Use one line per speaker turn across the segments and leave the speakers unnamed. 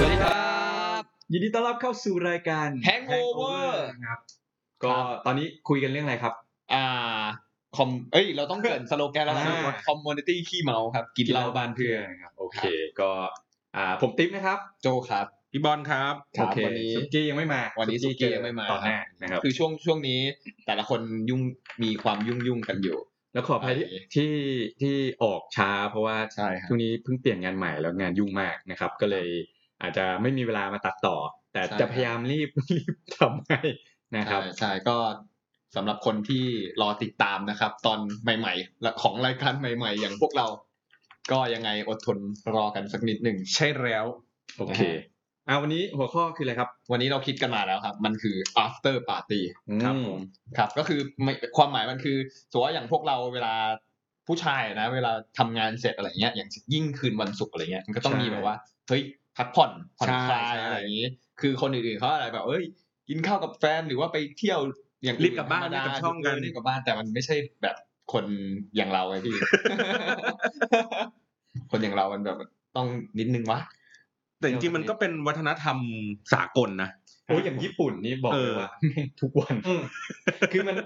วัสดีครับ
ยินดีต้อนรับเข้าสู่รายการ
Hangover
Hangover นะครับ
ค
ก็
รับ
ตอนนี้คุยกันเรื่องอะไรครับ
อ่าคอมเอ้ย เราต้องเกรินสโลแกนแล้วนะ
อ่า
คอมมูนิตี้ขี้เมาครับ กินเหล้าบ้านเพื่อนครับ โอ
โอ
เค
เค ก็อ่าผมติ๊บนะครับ
โจครับ
พี่บอลครับ
ครับ
โอเ
วันนี้
สุกี้ยังไม่มา
วันนี้สุกี้
เจอ
ยังไม่มา
ตอนหน้านะครับ
คือช่วงช่วงนี้แต่ละคนยุ่งมีความยุ่งยุ่งกันอยู่
แล้วขออภัยที่
โอเค
ที่ที่ออกช้าเพราะว่า
ใช่ครับ
ช่วงนี้เพิ่งเปลี่ยนงานใหม่แล้วงานยุ่งมากนะครับ ก็เลยอาจจะไม่มีเวลามาตัดต่อ แต่
ใช่
จะพยายามรีบ รีบทำให้นะครับ
ใช่ใช่ก็สำหรับคนที่รอติดตามนะครับ ตอนใหม่ๆและของรายการใหม่ ๆ อย่างพวกเรา ก็ยังไงอดทนรอกันสักนิดหนึ่ง
ใช่แล้ว
โอเคอ่าวันนี้หัวข้อคืออะไรครับ
วันนี้เราคิดกันมาแล้วครับ มันคือ after party
ครับ
อื
ผม
ครับก็คือไม่ความหมายมันคือสมมติว่าอย่างพวกเราเวลาผู้ชายนะ เวลาทำงานเสร็จอะไรเงี้ยอย่างยิ่งคืนวันศุกร์อะไรเงี้ยมันก็ต้อง
ใช่
มีแบบว่าเฮ้ยพักผ่อนผ่อนคลาย
ใช่ใช่
อะไรอย่างนี้ คือคนอื่นๆเขาอะไรแบบเอ้ยกินข้าวกับแฟนหรือว่าไปเที่ยวอย่างอื่
รีบกลับบ้าน
ธรรมด
รีบกลับช่องกัน
เรีบกลับบ้านแต่มันไม่ใช่แบบคนอย่างเราไง พี่ คนอย่างเรามันแบบต้องนิดนึงวะ
แต่จริงๆมันก็เป็นวัฒนธรรมสากลนะ
โอ้ยอย่างญี่ปุ่นนี่บอก
เอ
เล
อ
ยว่าแม่งทุกวัน คือมัน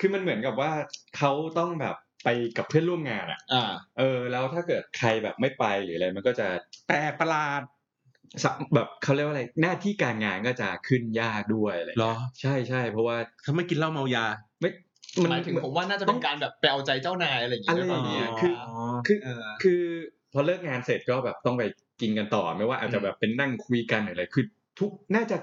คือมันเหมือนกับว่าเขาต้องแบบไปกับเพื่อนร่วมงานอ่ะ
อ่า
เออ แล้วถ้าเกิดใครแบบไม่ไปหรืออะไรมันก็จะ
แปลกประหลาด
สะแบบเขาเรียกว่าอะไร หน้าที่การงานก็จะขึ้นยากด้วยอะไร
เหรอ
ใช่ใช่เพราะว่า
ทำไมกินเหล้าเมายา
มัน
หมายถึงผมว่าน่าจะเป็นการแบบไปเอาใจเจ้านายอะไรอย่างเงี้ย
อะไรอย่างเงี้ยคือ
คือ
เออ
คือ พอเลิกงานเสร็จก็แบบต้องไปกินกันต่อไม่ว่าอาจจะแบบเป็นนั่งคุยกันหรืออะไรคือทุกน่าจะ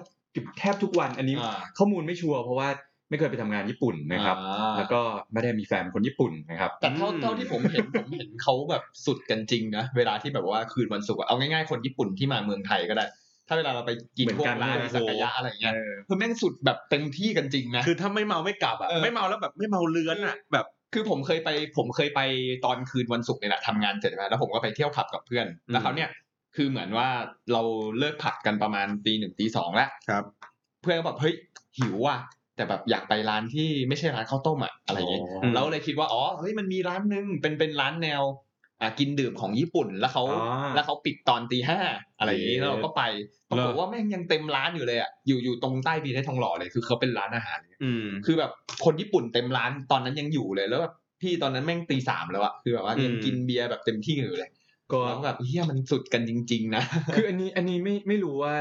แทบทุกวันอันนี้
อ่า
ข้อมูลไม่ชัวร์เพราะว่าไม่เคยไปทำงานญี่ปุ่นนะครับ
อ่า
แล้วก็ไม่ได้มีแฟนเป็นคนญี่ปุ่นนะครับ
แต่เท่า
อืม
เท่าที่ผมเห็น ผมเห็นเขาแบบสุดกันจริงนะเวลาที่แบบว่าคืนวันศุกร์อะเอาง่ายๆคนญี่ปุ่นที่มาเมืองไทยก็ได้ ถ้าเวลาเราไปกิน
เห
พ
มื
วก
อนกัน
ร้าน
เลย
อิสักายะอะไรอย่างเงี้ย
เออ
คือแม่งสุดแบบเต็มที่กันจริงนะ
คือถ้าไม่เมาไม่กลับอ่ะ
เออ
ไม่เมาแล้วแบบไม่เมาเลื้อนอ่ะ แบบ
คือผมเคยไปผมเคยไปตอนคืนวันศุกร์เนี่ยแหละทำงานเสร็จใช่ไหมแล้วผมก็ไปเที่ยวผับกับเพื่อน แล้วเขาวเนี่ยคือเหมือนว่าเราเลิกผับกันประมาณตีหนึ่งตีสองแล้ว
ครับ
เพื่อนก็แบบเฮ้ยหิวว่ะแต่แบบอยากไปร้านที่ไม่ใช่ร้านข้าวต้มอ่ะอะไรอย่างเงี้ย
อ๋อ
เราเลยคิดว่าอ๋อเฮ้ยมันมีร้านหนึงเป็นเป็นร้านแนวอ่ะกินดื่มของญี่ปุ่นแล้วเขา
อ๋อ
แล้วเขาปิดตอนตีห้าอะไรอย่างงี้
เย้
แล้วเราก็ไปปรากฏว่าแม่งยังเต็มร้านอยู่เลยอ่ะอยู่อยู่ตรงใต้พีเทสทองหล่อเลยคือเขาเป็นร้านอาหาร
อืม
คือแบบคนญี่ปุ่นเต็มร้านตอนนั้นยังอยู่เลยแล้วแบบพี่ตอนนั้นแม่งตีสามแล้วอ่ะคือแบบว่ายัง
อืม
กินเบียร์แบบเต็มที่อยู่เลย
ก็
แล้วแบบเฮียมันสุดกันจริง ๆ นะ
คืออันนี้อันนี้ไม่ไม่รู้ว่า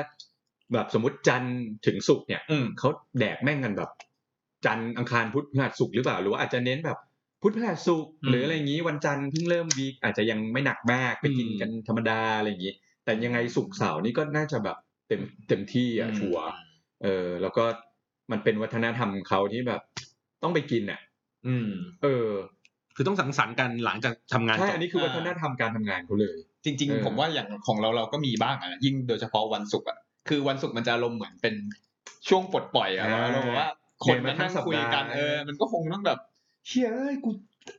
แบบสมมติจันทร์ถึงศุกร์เนี่ย
อืม
เขาแดกแม่งกันแบบ จันทร์อังคารพุธพฤหัสศุกร์หรือเปล่าหรือว่าอาจจะเน้นแบบพุธพฤหัสศุกร์
อืม
หรืออะไรอย่างนี้วันจันทร์เพิ่งเริ่มวีคอาจจะยังไม่หนักมากไปกิน
อืม
กันธรรมดาอะไรอย่างนี้ แต่ยังไงศุกร์เสาร์นี่ก็น่าจะแบบเต็มเต็มที่อ่ะ
อืม
ชัวร์เออ แล้วก็มันเป็นวัฒนธรรมเขาที่แบบต้องไปกินอ่ะ
อืม
เออ
คือต้องสังสรรค์กันหลังจากทำงาน
ใช่
จบ
อันนี้คือวัฒนธรรมการทำงานเขาเลย
จริง
เออ
ๆ ผมว่าอย่างของเราเราก็มีบ้างอะนะยิ่งโดยเฉพาะวันศุกร์อะคือวันศุกร์มันจะอารมณ์เหมือนเป็นช่วงปลดปล่อยอะเราเราบอกว่าคนมานั่งคุยกันเออมันก็คงต้องแบบเฮ้ยเอ้ยกู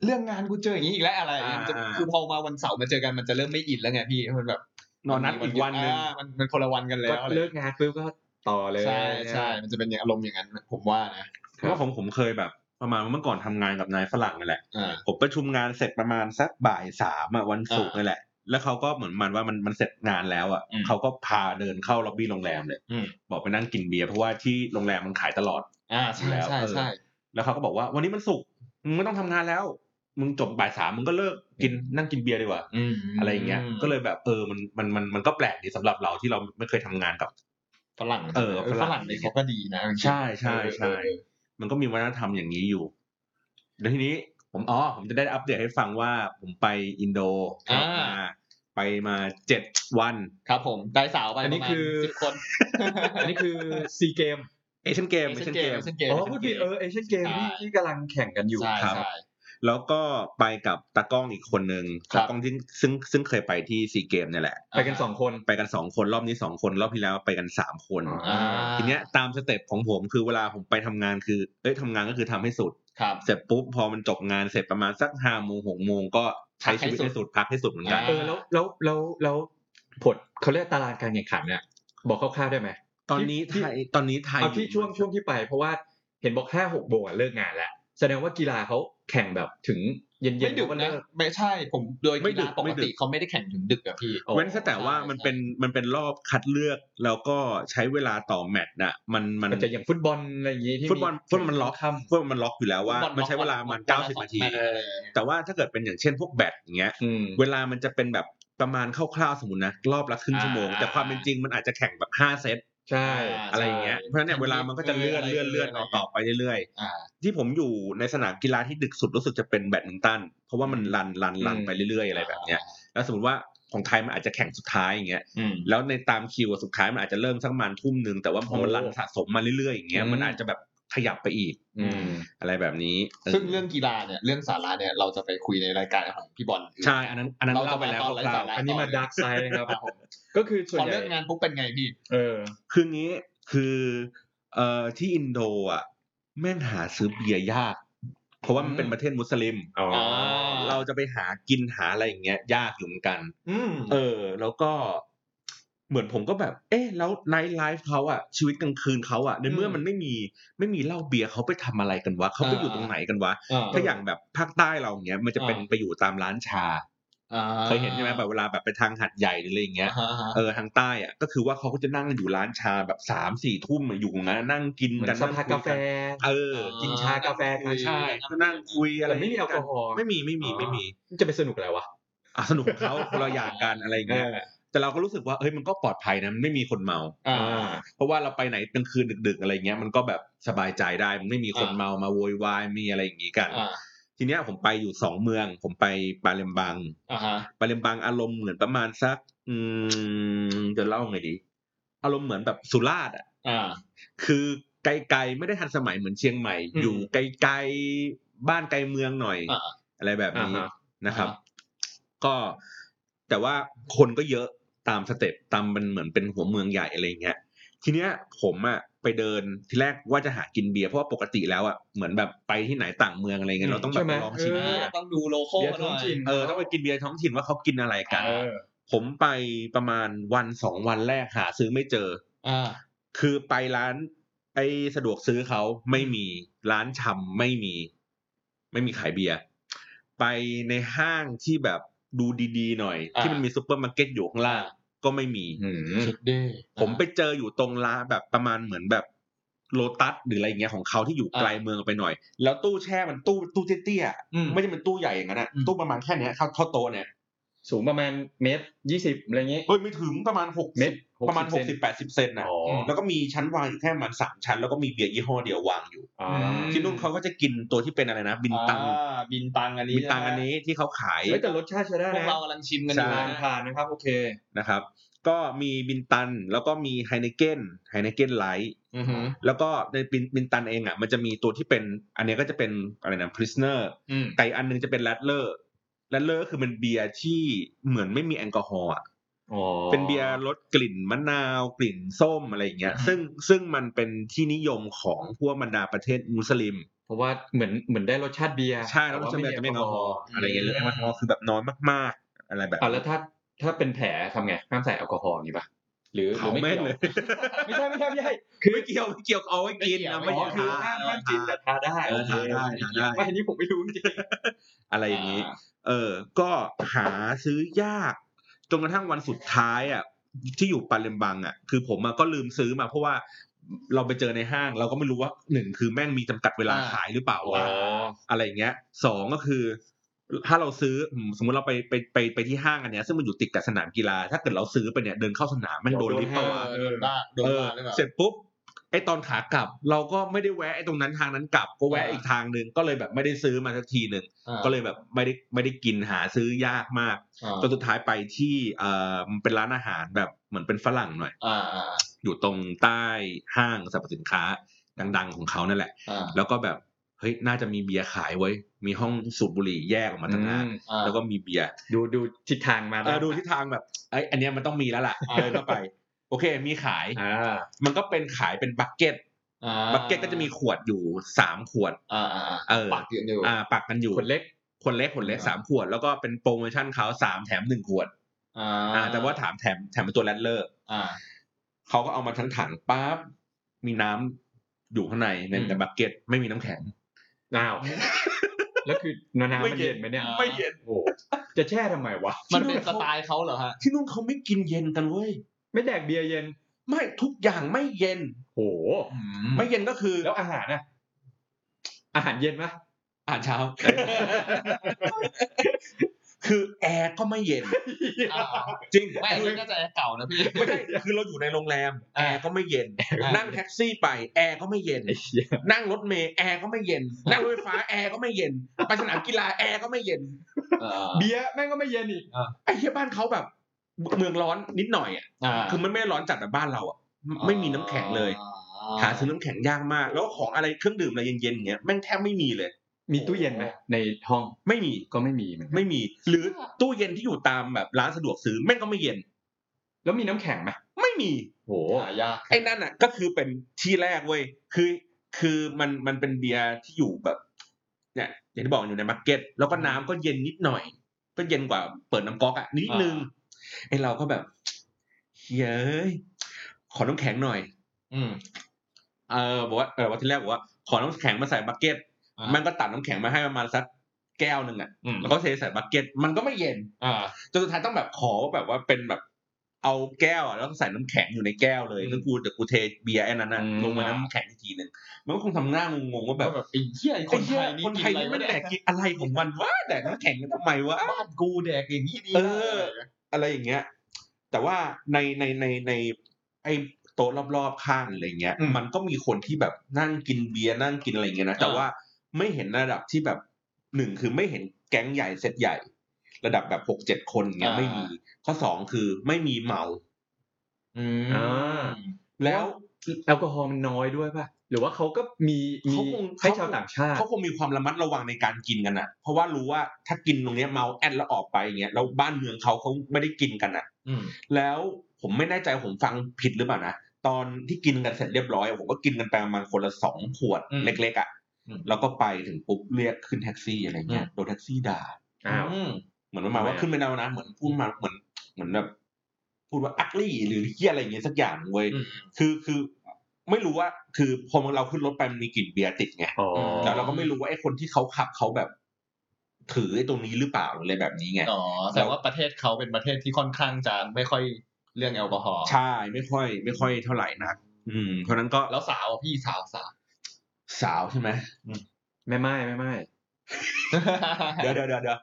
เรื่องงานกูเจออย่างนี้อีกแล้วอะไรอย่างเงี้ยมันจะ
อ่า
คือพอมาวันเสาร์มาเจอกันมันจะเริ่มไม่อินแล้วไงพี่มันแบบ
นอนนัดอีกวันหนึ่ง
อ่ามันมันคนละวันกันแล้
ก็
วอะไร
เลิกงานปุ๊บก็ต่อเลย
ใช่ใช่มันจะเป็นอย่างอารมณ์อย่างนั้นผมว่านะ
เพราะว่าของผมเคยแบบ ประมาณว่าเมื่อก่อนทำงานกับนายฝรั่งนั่นแหละ
อ่า
ผมประชุมงานเสร็จประมาณสักบ่ายสามอะวันศุกร์
อ่า
นี่แหละ แล้วเขาก็เหมือนมันว่ามันมันเสร็จงานแล้วอะ
อืม
เขาก็พาเดินเข้าล็อบบี้โรงแรมเลย
อืม
บอกไปนั่งกินเบียร์เพราะว่าที่โรงแรมมันขายตลอด
อ่าใช่ใช่ใช่
แล้วเขาก็บอกว่าวันนี้มันศุกร์มึงไม่ต้องทำงานแล้ว มึงจบบ่ายสามมึงก็เลิกกินนั่งกินเบียร์ดีกว่า อะไรอย่างเงี้ย ก็เลยแบบเออมันมันมันมันก็แปลกดีสำหรับเราที่เราไม่เคยทำงานกับ
ฝรั่ง
เออ
ฝ
ฝรั่ง
รั่งนี่เขาก็ดีนะ
ใช่ใช่ใช่
เออเออ
มันก็มีวัฒนธรรมอย่างนี้อยู่แล้วทีนี้ผมอ๋อผมจะได้อัปเดตให้ฟังว่าผมไปอินโด
า
มาไปมาเจ็ดวัน
ครับผมได้สาวไป
อัน
ป
นี้
ระมาณ
คือ
สิบคน
อันนี้คือซีเกม
เอเชียนเกมเอเชียนเกม
Asian Game
อ๋อ
Asian
พูดผิด
Game
เออเอเชียนเกมที่ที่กำลังแข่งกันอยู่
ใช่
ครับ
ใช่
แล้วก็ไปกับตากล้องอีกคนนึง
ครับ
ตากล้องที่ซึ่งซึ่งเคยไปที่ซีเกมเนี่ยแหละ
ไปกันสองคน
ไปกันสองคนรอบนี้สองคนรอบที่แล้วไปกันสามคน
อ๋อ
อ่า
ทีเนี้ยตามสเต็ปของผมคือเวลาผมไปทำงานคือเอ้ยทำงานก็คือทำให้สุด
ครับ
เสร็จปุ๊บพอมันจบงานเสร็จประมาณสักห้าโมงหกโมงก็ใช้ชีวิตให้สุดพักให้สุดเหมือนกัน
อ่า
เออแล้วแล้วแล้วแล้วผลเขาเรียกตารางการแข่งขันเนี่ยบอกคร่าวๆได้ไหม
ตอนนี้
ที่
ไทยตอนนี้ไทย
เอาที่ช่วงช่วงที่ไปเพราะว่าเห็นบอกห้าหกโมงอะเลิกงานแล้ว แสดงว่ากีฬาเขาแข่งแบบถึงเย็นๆ
ไม่ดึก
เขา
นะ
เลิก
ไม่ใช่ผมโดย
ไม่
กี
ดึ
ฬาก ป
ไม่
ก
ดึ
ติ
ก
เขาไม่ได้แข่งถึงดึกอะพี่
เว้นซะแต่ว่ามันเป็นมันเป็นรอบคัดเลือกแล้วก็ใช้เวลาต่อแมตช์น่ะมันมัน
มันจะอย่างฟุตบอลอะไรอย่างงี้ที่
ฟุตบอลฟุตบอลมันล็อก
ค่
เพื่อมันล็อกอยู่แล้วว่า มันใช้เวลามันเก้าสิบนาที
เออ
แต่ว่าถ้าเกิดเป็นอย่างเช่นพวกแบดอย่างเงี้ย
ำอืม
เวลามันจะเป็นแบบประมาณคร่าวๆสมมตินะรอบละครึ่งชั่วโมง
อ่า
แต่ความเป็นจริงมันอาจจะแข่งแบบห้าเซต
ใช่
อะไรอย่างเงี้ยเพราะฉะนั้นเนี่ยเวลามันก็จะเลื่อนเลื่อนเลื่อนออกต่อไปเรื่อย
อ่า
ๆ ที่ผมอยู่ในสนามกีฬาที่ดึกสุดรู้สึกจะเป็นแบดมินตันเพราะว่ามันรันรันรัน
อืม
ไปเรื่อยๆอะไรแบบเนี้ยแล้วสมมติว่าของไทยมันอาจจะแข่งสุดท้ายอย่างเงี้ย
อืม
แล้วในตามคิวอะสุดท้ายมันอาจจะเริ่มสักประมาณทุ่มหนึ่งแต่ว่าพอมันรันสะสมมาเรื่อยๆอย่างเงี้ย
อืม
มันอาจจะแบบขยับไปอีก
อืม
อะไรแบบนี้
ซึ่งเรื่องกีฬาเนี่ยเรื่องสาระเนี่ยเราจะไปคุยในรายการของพี่บอล
ใช่อันนั้นอันนั้น
เราจะ
เล่าไปแล้ว
มาตอนไร้
คร่า
สาว ระ
อันนี้มาดาร์กไซด์นะครับ
ครับผม
ก็คือส่วน
พอ
ใหญ่
เลิกงานปุ๊บเป็นไงพี่
เออ
ๆคืองี้คือเอ่อที่อินโดอ่ะแม่งหาซื้อเบียร์ยาก เพราะว่ามันเป็นประเทศมุสลิม
อ๋ออ่
า
เราจะไปหากินหาอะไรอย่างเงี้ยยากอยู่เหมือนกัน
อืม
เออ แล้วก็เหมือนผมก็แบบ เอ๊ะแล้วไนท์ไลฟ์เขาอะชีวิตกลางคืนเขาอะในเมื่อมันไม่มีไม่มีเหล้าเบียร์เขาไปทำอะไรกันวะเขาไปอยู่ตรงไหนกันวะ ถ้าอย่างแบบภาคใต้เราอย่างเงี้ยมันจะเป็น
อ่า
ไปอยู่ตามร้านชา เคยเห็นใช่ไหมแบบเวลาแบบไปทางหัดใหญ่หรืออะไรอย่างเงี้ยเออทางใต้อะก็คือว่าเขาก็จะนั่งอยู่ร้านชาแบบสามสี่ทุ่มอะอยู่ตรงนั้นอะนั่งกิน
เหมือ
กัน น
สภากาแฟ
เออ
กินชากาแฟกันใช่
ก็นั่งคุยอะไร
แต่ไม่มีแอลกอฮอล์
ไม่มีไม่มีไม่มี
จะไปสนุกอะไรวะ
อ่ะสนุกของเขาคนละอย่างกันอะไรอย่าง
เอ
เงี้ย
อ
แต่เราก็รู้สึกว่าเฮ้ยมันก็ปลอดภัยนะมันไม่มีคนเมา
อ่า
เพราะว่าเราไปไหนกลางคืนดึก ๆ อะไรเงี้ยมันก็แบบสบายใจได้มันไม่มีคน
อ่า
เมามาโวยวายมีอะไรอย่างงี้กัน
อ่า
ทีเนี้ยผมไปอยู่สองเมือง ผมไปปาเลมบัง
อ่าฮะ
ปาเลมบังอารมณ์เหมือนประมาณสัก อืมจะเล่าไงดี อารมณ์เหมือนแบบสุราษฎร์อ่ะ
อ่า
คือไกลๆไม่ได้ทันสมัยเหมือนเชียงใหม่
อืม
อยู่ไกลๆบ้านไกลเมืองหน่อย
อ่า
อะไรแบบนี้
อ่าฮะ
นะครับ
อ่า
ก็แต่ว่าคนก็เยอะตามสเต็ปตามมันเหมือนเป็นหัวเมืองใหญ่อะไรอย่างเงี้ย ทีเนี้ยผมอะไปเดินทีแรกว่าจะหากินเบียร์เพราะว่าปกติแล้วอะเหมือนแบบไปที่ไหนต่างเมืองอะไรเงี้ยเราต้องแบ
ใช่
บ
ไหม
ลองชิมเบียร์
ต้องดูโลโก้
เบียร์ท้องถิ่น
เออต้องไปกินเบียร์ท้องถิ่นว่าเขากินอะไรกัน
เออ
ผมไปประมาณวันสองวันแรกหาซื้อไม่เจอ
อ่า
คือไปร้านไอ้สะดวกซื้อเขาไม่มีร้านชำไม่มี ไม่มีขายเบียร์ไปในห้างที่แบบดูดีๆหน่อย
อ่า
ที่มันมีซูเปอร์มาร์เก็ตอยู่ข้างล่างก็ไม่มี
ชุดเด้
ผมไปเจออยู่ตรงร้านแบบประมาณเหมือนแบบโลตัสหรืออะไรเงี้ยของเขาที่อยู่ไกล
อ่า
เมืองไปหน่อย แล้วตู้แช่มันตู้ตู้เตี้ย
อืม
ๆไม่ใช่เป็นตู้ใหญ่อย่างนั้นอะ
อืม
ตู้ประมาณแค่เนี้ยเท่าเท่าโตะเนี่ย
สูงประมาณเมตรยี่สิบอะไรเงี้ย
เฮ้ยไม่ถึงประมาณหก
เม
สิ
ต
บ
ร
ประมาณหกสิ
เซ
บ
น
แปดสิบเซนนะ
อ๋อ
แล้วก็มีชั้นวางอยู่แค่ประมันสามชั้น แล้วก็มีเบียร์ยี่ห้อเดียววางอยู่
อ่า
อืม
ที่นู่นเขาก็จะกินตัวที่เป็นอะไรนะ บินตัง
อ่าบินตังอันนี้
บินตังอันนี้ที่เขาขาย
เฮ้ยแต่รสชาติใช้ได้
พว
นะ
กเรากำลังชิมกันอ
ใช่
ยู่นะ
ผ่านผ่านนะครับ โอเค
นะครับ ก็มีบินตันแล้วก็มีไฮเนเกนไฮเนเกนไลท์
อือหือ
แล้วก็ในบินบินตันเองอ่ะมันจะมีตัวที่เป็น อันเนี้ยก็จะเป็นอะไรนะ prisoner
อืม
แต่อีกอันหนึงจะเป็นแรดเลอร์แรดเลอร์คือเป็นเบียร์ที่เหมือนไม่มีแอลกอฮอล์อะ
อ๋อ
เป็นเบียร์รสกลิ่นมะนาวกลิ่นส้มอะไรอย่างเงี้ย ซึ่งซึ่งมันเป็นที่นิยมของพวกบรรดาประเทศมุสลิม
เพราะว่าเหมือนเหมือนได้รสชาติเบียร์
ใช่แล้วมันจะไม่จะไม่แอลกอฮอล์อะไรเงี้ยหรือแอลกอฮอล์คือแบบน้อยมากๆ อะไรแบบ
อ่ะแล้วถ้าถ้าเป็นแผลทำไงห้ามใส่แอลกอฮอล์อย่างนี้ปะหรือหรื
เขา
อไม่
แม่ง
เกี่ยว
เลย
ไม่ใช่ไม่ใช่ไม่ใช่
คือไม่เกี่ยวไม่เกี่ยวเอาไว้กินนะ
อ๋
ไม่
อคื
เกี่ยว
อห้ามห้ามกินแต่ทาได้
เอ
โอ
อ
เค
ทานได้ทานได้
ไม่อันนี้ผมไม่รู้จริง
อะไรอย่างนี้ เออ ก็หาซื้อยากจนกระทั่งวันสุดท้ายอ่ะที่อยู่ปาเลมบังอ่ะคือผมอะก็ลืมซื้อมา เพราะว่าเราไปเจอในห้าง เราก็ไม่รู้ว่าหนึ่งคือแม่งมีจำกัดเวลาขายหรือเปล่า
ๆอ๋อ
วะ อะไรอย่างเงี้ยสองก็คือ ถ้าเราซื้ออืมสมมุติเราไปไปไปไปที่ห้างอันเนี้ยซึ่งมันอยู่ติดกับสนามกีฬา ถ้าเกิดเราซื้อไปเนี่ยเดินเข้าสนามแม่งโดนลิฟต์
เออ
ปะวะ
โดนบ้าโดน
เออ
บ้าหรือเปล่า
เสร็จปุ๊บไอตอนขากลับ เราก็ไม่ได้แวะไอตรงนั้นทางนั้นกลับก็แวะ
อ่า
อีกทางหนึ่งก็เลยแบบไม่ได้ซื้อมาสักทีหนึ่ง
อ่า
ก็เลยแบบไม่ได้ไม่ได้กินหาซื้อยากมาก
อ่า
จนสุดท้ายไปที่เอ่อมันเป็นร้านอาหารแบบเหมือนเป็นฝรั่งหน่อย
อ่าอ่า
อยู่ตรงใต้ห้างสรรพสินค้าดัง ๆ ของเขานั่นแหละ
อ่า
แล้วก็แบบเฮ้ยน่าจะมีเบียร์ขายไว้ยมีห้องสูบบุหรี่แยกออกมาต่างหาก
อ่า
แล้วก็มีเบียร์
ดูดูทิศทางมานะ
เออดูทิศทางแบบไอยอันเนี้ยมันต้องมีแล้วล่ะ
อ่า
เดินเข้าไป โอเค มีขาย
อ่า
มันก็เป็นขายเป็นบักเก็ต
อ่า
บักเก็ตก็จะมีขวดอยู่สามขวด
อ่าอ่าอ่า
เออ
ปักอยู่อยู่
อ่าปักกันอยู่
คนเล็ก
คนเล็กคนเล็กสามขวด แล้วก็เป็นโปรโมชั่นเขาสามแถมหนึ่งขวด
อ่า
อ่าแต่ว่าถามแถมแถมเป็นตัวแรดเลอร์
อ่า
เขาก็เอามาทั้งถังปั๊บมีน้ำอยู่ข้างในใน
อืม
แต่บักเก็ตไม่มีน้ำแข็ง
อ้าวแล้วคือน้ำมันเย็นไหมเนี่ย
อ่า
ไม่เย็น
โอ้โหจะแช่ทำไมวะ
มันเป็นสไตล์เขาเหรอฮะ
ที่นู่นเขาไม่กินเย็นกันเว้ย
ไม่แดกเบียร์เย็น
ไม่ทุกอย่างไม่เย็น
โอ้โห
ไม่เย็นก็คือ
แล้วอาหารน่ะอาหารเย็นปะ
อ่านเช้า
คือแอร์ก็ไม่เย็น
จริงไม่อันนี้ก็จะแอร์เก่านะพี่
ไม่ใช่คือเราอยู่ในโรงแรมแอ
อ่า
ร์ก็ไม่เย็น นั่งแท็กซี่ไปแอร์ก็ไม่เย็น
ไอ้เหี้ย
นั่งรถเมล์แอร์ก็ไม่เย็น นั่งรถไฟฟ้าแอร์ก็ไม่เย็น ไปสนามกีฬาแอร์ก็ไม่เย็น
เออ
เบียร์แม่งก็ไม่เย็นอีก
ไอ้ที่บ้านเขาแบบเมืองร้อนนิดหน่อยอ่ะ
อ่า
คือมันไม่ได้ร้อนจัดแบบบ้านเราอ่ะไม่มีน้ำแข็งเลย หาซื้อน้ำแข็งยากมาก แล้วของอะไรเครื่องดื่มอะไรเย็นๆอย่างเงี้ยแม่งแทบไม่มีเลย
มีตู้เย็นไหมในห้อง
ไม่มี
ก็ไม่มีเหมือนกัน
ไม่มี หรือตู้เย็นที่อยู่ตามแบบร้านสะดวกซื้อแม่งก็ไม่เย็น
แล้วมีน้ำแข็งไหม
ไม่มี
โห
หายาก
ไอ้นั่นอ่ะก็คือเป็นที่แรกเว้ยคือ คือมันมันเป็นเบียร์ที่อยู่แบบ เนี่ย อย่างที่บอกอยู่ในมาร์เก็ตแล้วก็น้ำก็เย็นนิดหน่อย ก็เย็นกว่าเปิดน้ำก๊อกอ่ะนิดนึงไอ้เราก็แบบเย้ยขอน้ำแข็งหน่อย
อืม
เออบอกว่าเออว่าที่แรกบอกว่าขอน้ำแข็งมาใส่บักเก็ต
อ่า
มันก็ตัดน้ำแข็งมาให้ประมาณสักแก้วหนึ่งอ่ะ
อืม
แล้วก็เทใส่บักเก็ตมันก็ไม่เย็น
อ่า
จนสุดท้ายต้องแบบขอแบบว่าเป็นแบบ เอาแก้วอะแล้วก็ใส่น้ำแข็งอยู่ในแก้วเลย
อืม
แล้วกูแต่กูเทเบียร์ไอ้นั้นน่ะ
อืม
ลงมาน้ำแข็งอีกทีหนึ่งมันก็คงทำหน้างงๆว่า
แบ
แบบ บ
แบบไอ้เหี้ยไอ้ค
ไอ้
นไท
เหี้ย
ยนี่
คนไทยนี่
กิ
มัน
อะร
แดกกินอะไรของมันวะแดกน้ำแข็งกันทำไมวะ
บ้านกูแดกอย่างนี้ดี
เออ อะไรอย่างเงี้ย แต่ว่าในในในในไอ้โต๊ะรอบๆข้างอะไรเงี้ย
อืม
มันก็มีคนที่แบบนั่งกินเบียร์นั่งกินอะไรเงี้ยนะแต่
อ่า
ว่าไม่เห็นระดับที่แบบหนึ่งคือไม่เห็นแก๊งใหญ่เซตใหญ่ ระดับแบบหกเจ็ดคนเงี้ยไม่มี ข้อสองคือไม่มีเมา
อืม
อ่า
แล้ว
แอลกอฮอล์มันน้อยด้วยป่ะ หรือว่าเขาก็มีมี
เขาคง
ให้ชาวต่างชาติ
เขาคงมีความระมัดระวังในการกินกันอ่ะ เพราะว่ารู้ว่าถ้ากินตรงเนี้ยเมาแอดแล้วออกไปอย่างเงี้ยแล้วบ้านเมืองเขาเขาไม่ได้กินกันอ่ะ
อืม
แล้วผมไม่แน่ใจผมฟังผิดหรือเปล่านะตอนที่กินกันเสร็จเรียบร้อยอะผมก็กินกันไปประมาณคนละสองขวดเล็กๆอ่ะแล้วก็ไปถึงปุ๊บเรียกขึ้นแท็กซี่อะไรเงี้ยโดนแท็กซี่ด่า
อ้าว
อืม
เหมือนประมาณว่า
ทำไมอะ
ขึ้นไปแล้วนะเหมือนพูดมาเหมือนเหมือนแบบพูดว่าอักลี่หรือเฮียอะไรเงี้ยสักอย่างเว้ย
อืม
คือคือไม่รู้ว่า คือพอเราขึ้นรถไปมันมีกลิ่นเบียร์ติดไง
อ๋อ
แต่เราก็ไม่รู้ว่าไอ้คนที่เขาขับเขาแบบ ถือไอ้ตรงนี้หรือเปล่าหรืออะไรแบบนี้ไง
อ๋อแต่ว่าประเทศเขาเป็นประเทศที่ค่อนข้างจะไม่ค่อยเรื่องแอลกอฮอล์
ใช่ไม่ค่อย ไม่ค่อยเท่าไหร่นักอืมเพราะฉะนั้นก็
แล้วสาวอะพี่สาวสาว
สาวใช่ไหม
ไม่ไม่ไม่ไม่
เดี๋ยวเดี๋ยวเดี๋ยวเดี๋ยว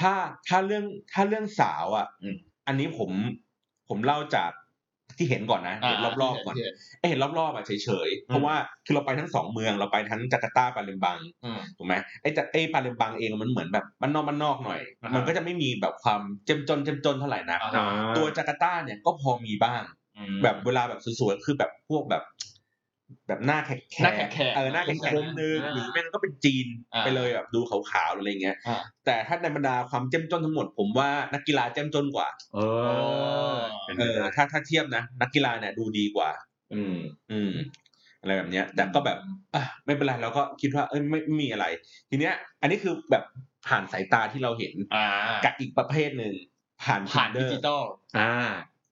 ถ้าถ้าเรื่องถ้าเรื่องสาวอ่ะ
อืม
อันนี้ผมผมเล่าจากที่เห็นก่อนนะเห็นรอบๆก่อนเอ้ยเห็นรอบๆอ่ะเฉยๆเพราะว่าคือเราไปทั้งสองเมืองเราไปทั้งจาการ์ตาปาเลมบัง
อืม
ถูกไหมไอ้จากไอ้ปาเลมบังเองมันเหมือนแบบมันนอกมันนอกหน่อย
อ่าฮะ
มันก็จะไม่มีแบบความเจ้มจนเจ้มจนเท่าไหร่นะ
อ่า
ตัวจาการ์ตาเนี่ยก็พอมีบ้าง
อืม
แบบเวลาแบบสวยๆคือแบบพวกแบบ แบบหน้าแขก
หน้าแขกๆ
เออหน้าแขก
ค
ค
ม
ม
ๆ
นึง
อ่า
หรือแม่งก็เป็นจีน
อ่า
ไปเลยแบบดูขาวๆหรืออะไรเงี้ย
อ่า
แต่ถ้าในบรรดาความเจ้มจนทั้งหมดผมว่านักกีฬาเจ้มจนกว่า
เออเป็น
เอ
ไป
อ
ได้
ถ้าถ้าเทียบนะนักกีฬาเนี่ยดูดีกว่า
อืม
อืม อะไรแบบเนี้ย แต่ก็แบบอ่ะไม่เป็นไรเราก็คิดว่าเอ้ยไม่ไม่มีอะไร ทีเนี้ย อันนี้คือแบบผ่านสายตาที่เราเห็น
อ่า
กับอีกประเภทหนึ่งผ่าน
ผ่าน
Tinder
ดิจิตอล
อ่า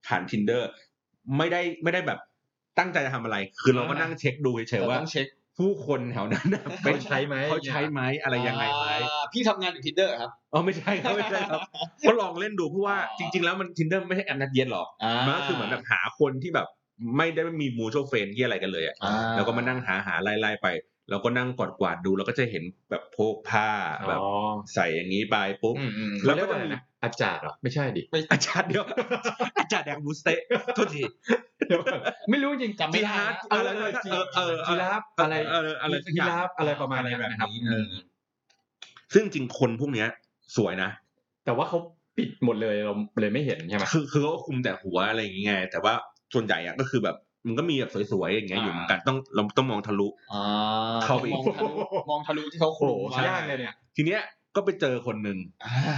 ผ่าน tinder ไม่ได้ไม่ได้แบบตั้งใจจะทำอะไร คือเราก็นั่งเช็คดูเฉย
เรา
ๆว่า
ต้องเช็ค
ผู้คนแถวนั้นน่ะ
เขาใช้ไหม
เขาใช้ไหมอะไรยังไงไหม
อ่าพี่ทำงานอยู่ทินเดอร์ครับ
อ๋อไม่ใช่ครับไม่ใช่ครับ ก็ลองเล่นดูเพราะว่า
อ๋อ
จริง ๆ แล้วมัน tinder ไม่ใช่แอปนัดเย็นหรอกมันก็คือเหมือนแบบหาคนที่แบบไม่ได้มีมูโชเฟนที่อะไรกันเลยอะ
อ่
แล้วก็มานั่งหาหาไล่ไล่ๆไป แล้วก็นั่งกอดกวาดดูแล้วก็จะเห็นแบบโพกผ้าแบบ
อ๋อ
ใส่อย่างนี้ไปปุ๊บ
อืมอืม
แล้
แล้ว
วก็
ก็
จะ
จะ
มี
มีอาจารย์เหรอไม่ใช่ดิ
อาจารย์เดียว อาจารย์แดกบูสเตะโทษที
เดี๋ยวก่อนไม่รู้จริง
จำไม่ได้นะ
เออเออ
เออเออเอ
จี
อ
ราฟอะไร
เออเอออะไรสักอ
จี
ย่าง
ราฟอะไรประมาณ
อะไร
นี้น
แบบ
นะครับ
นี้เออซึ่งจริงคนพวกเนี้ย สวยนะ
แต่ว่าเขาปิดหมดเลยเราเลยไม่เห็นใช่ไหม
คือคือเขาก็คุมแต่หัวอะไรอย่างเงี้ยแต่ว่าส่วนใหญ่อะก็คือแบบมันก็มีแบบสวยๆอย่างเงี้ยอยู่เหมือนกันต้องเราต้องมองทะลุ
อ่า
เข้าไปอี
มอ
ก
งทะลุมองทะลุที่เขาคลุมไว้
ใช่ ยากเลยเนี่ย
ทีเนี้ยก็ไปเจอคนหนึ่ง
อ่า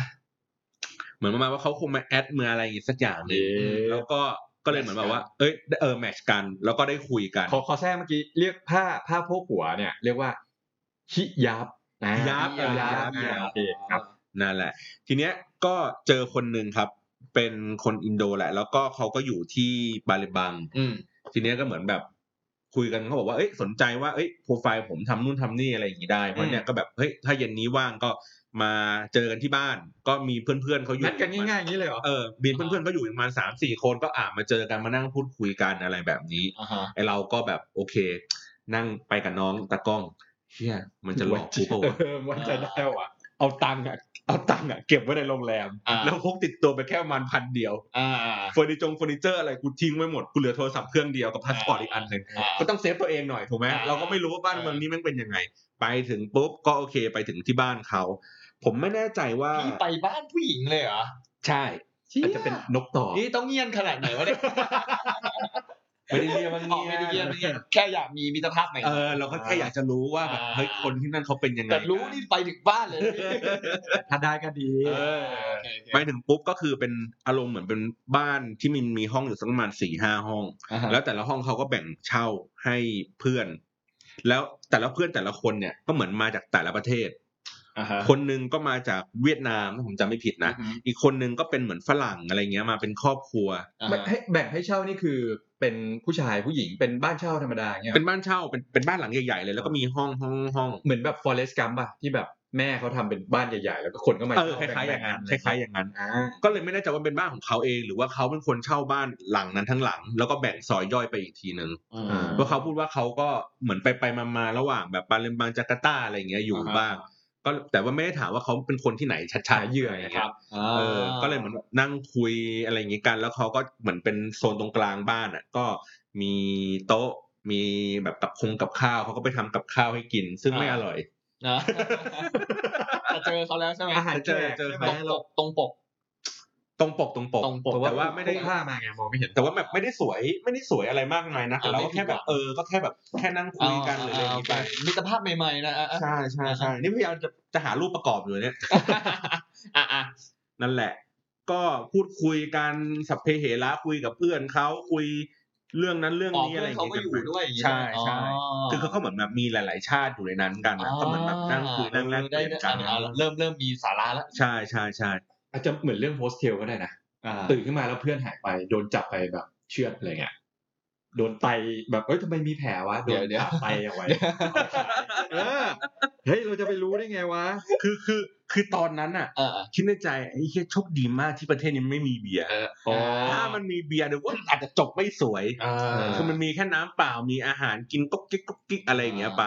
เหมือนประมาณว่าเขาคงมาแอดมืออะไรอย่างงี้สักอย่างหนึง
แล้
แล้ววก็ก็เลยเหมือนแบบว่า เอ้ยเออแมทชกัน แล้วก็ได้คุยกัน
ขอขอแทรกเมื่อกี้เรียกผ้าผ้าโพกหัวเนี่ย เรียกว่าฮิยับนะ
ยับ
ยับยับ
ยับ
โอเคครับ
นั่นแหละ ทีเนี้ยก็เจอคนหนึ่งครับ เป็นคนอินโดแหละ แล้วก็เขาก็อยู่ที่บาลิบัง
อืม
ทีเนี้ยก็เหมือนแบบ คุยกันเขาบอกว่าเอ้ยสนใจว่าเอ้ยโปรไฟล์ผมทำนู่นทำนี่อะไรอย่างนี้ได้เพราะเนี่ยก็แบบเฮ้ยถ้าเย็นนี้ว่างก็มาเจอกันที่บ้าน ก็มีเพื่อนๆเขาอยู่
นัดกันง่ายๆอย่างนี้เลยเหรอ
เออบินเพื่อนๆก็อยู่ประมาณสามสี่คนก็อ่ามาเจอกันมานั่งพูดคุยกันอะไรแบบนี้
อ่าฮะ
ไอเราก็แบบโอเค นั่งไปกับน้องตากล้องเฮียมันจะหลอกกูเปล่าวะ
เออมันจะได้วะเอาตังค์อะเอาตังค์อะเก็บไว้ในโรงแรม
อ่า
แล้วพกติดตัวไปแค่ประมาณพันเดียว
อ่า
เฟอร์นิจงเฟอร์นิเจอร์อะไรกูทิ้งไว้หมดกูเหลือโทรศัพท์เครื่องเดียวกับพาสปอร์ตอีกอันหนึ่ง
อ่า
ก็ต้องเซฟตัวเองหน่อยถูกไหม
อ่า
เราก็ไม่รู้ว่าบ้านเมืองนี้แมันเป็นยังไง ไปถึงปุ๊บก็โอเคไปถึงที่บ้านเขาผมไม่แน่ใจว่า
พี่ไปบ้านผู้หญิงเลยเหรอ
ใช่
อาจจะเป็นนกต่อ
นี่ต้องเงียนขนาดไหนวะเนี่ย
ไม่ได้เรียกว่า
ออกไม่ได้เงียนไม่ได้เงียนแค่อยากมีมิตรภาพใหม่
เออเราก็แค่อยากจะรู้ว่าแบบ
อ่า
เฮ้ยคนที่นั่นเขาเป็นยังไง
แต่รู้
กั
นี่ไปถึงบ้านเลยนะพี่
ถ้าได้ก็ดี
เออโอเคโอเค
ไปถึงปุ๊บก็คือเป็นอารมณ์เหมือนเป็นบ้านที่มันมีห้องอยู่สักประมาณสี่ห้าห้อง
อ่าฮะ
แล้วแต่ละห้องเขาก็แบ่งเช่าให้เพื่อน แล้วแต่ละเพื่อนแต่ละคนเนี่ยก็เหมือนมาจากแต่ละประเทศ คนหนึงก็มาจากเวียดนามถ้าผมจำไม่ผิดนะ
อือฮึ
อีกคนหนึงก็เป็นเหมือนฝรั่งอะไรเงี้ยมาเป็นครอบครัว
อ่า
ไม่
ฮะ
ให้แบ่งให้เช่านี่คือเป็นผู้ชายผู้หญิงเป็นบ้านเช่าธรรมดาอย่างเงี้ย
เป็นบ้านเช่าเป็นเป็นบ้านหลังใหญ่ๆเลยแล้วก็มีห้องห้องห้อง
เหมือนแบบฟอเรสต์กัมป่ะที่แบบแม่เขาทำเป็นบ้านใหญ่ ๆ แล้วก็คนก็มา
เออค
ช่
ล้ายๆอย่างนั้นค
แบ่ๆ
ล้ายๆอย่างนั้น
อ่า
ก็เลยไม่แน่ใจว่าเป็นบ้านของเขาเองหรือว่าเขาเป็นคนเช่าบ้านหลังนั้นทั้งหลัง แล้วก็แบ่งซอยย่อยไปอีกทีหนึ่ง
อืม
ว่าะเขาพูดว่าเขาก็เหมือนไปไปมามาระหว่างแบบปาเลมบังจาการ์ตาอะไรอย่างเงี้ยอยู่
อ่าฮะ
บ้าง ก็แต่ว่าไม่ได้ถามว่าเขาเป็นคนที่ไหนชัด
หา
ๆ
เหยื่อ
อะไร
นะ
เงี้ย
ครับ
เออ ก็เลยเหมือนนั่งคุยอะไรอย่างเงี้ยกัน แล้วเขาก็เหมือนเป็นโซนตรงกลางบ้านอ่ะ ก็มีโต๊ะมีแบบกับคงกับข้าวเขาก็ไปทำกับข้าวให้กิน ซึ่งไม่อร่อย
นะ แต่เจอเขาแล้วใช่ไหม
อาหาร
เจอ
แจก
เจอ
ใช่ไห
ต
ม
รงปกตรงปก
ตรงปกตรงปก
ตรงปก
แต่ว่าไม่ได้
พกผ้ามาไงมองไม่เห็น
แต่ว่าแบบไม่ได้สวยไม่ได้สวยอะไรมากมายนะแต่เราก็แค่แบบเออก็แค่แบบแค่นั่งคุยกันหรืออะไรอย่างงี้ไป
อ๋อมิตรภาพใหม่ๆนะอ่ะอ่ะ
ใช่ใช่ใช่นี่พยายามจะจะหารูปประกอบอยู่เนี่ย
อ่ะอ่ะ
นั่นแหละ ก็พูดคุยกันสัพเพเหระคุยกับเพื่อนเขาคุยเรื่องนั้นเรื่อง
อ๋อ
นี้
เพื่
อะไร
อ
อน ย่าง
เขาก็
เงี้
อยู่
กันไป
ด้วยอย่างงี้
ใช่ใช่
อ๋อ
คือเขาก็เหมือนแบบมีหลาย ๆ ชาติอยู่ในนั้นกันนะก็เหมือนแบบนั่งคุยนั่งแลกเปลี่ยนกัน
อ่ะเริ่มเริ่มมีสาระแล้ว
ใช่ใช่ใช่
อาจจะเหมือนเรื่องโฮสเทลก็ได้นะ ตื่นขึ้นมาแล้วเพื่อนหายไปโดนจับไปแบบเชือดอะไรเงี้ยโดนไตแบบเอ้ยทำไมมีแผลวะโดนผ่าไตเอาไว้เออเฮ้ยเราจะไปรู้ได้ไงวะ
คือคือคือตอนนั้นอ่ะ
เออ
คิดในใจไอ้เฮียโชคดีมากที่ประเทศนี้ไม่มีเบียร์
อ๋อ
ถ้ามันมีเบียร์เดี๋ยวว่าอาจจะจบไม่สวย
อ่า
คือมันมีแค่น้ำเปล่ามีอาหารกินก๊อกกิ๊กก๊อกกิ๊กอะไรอย่างเงี้ยไป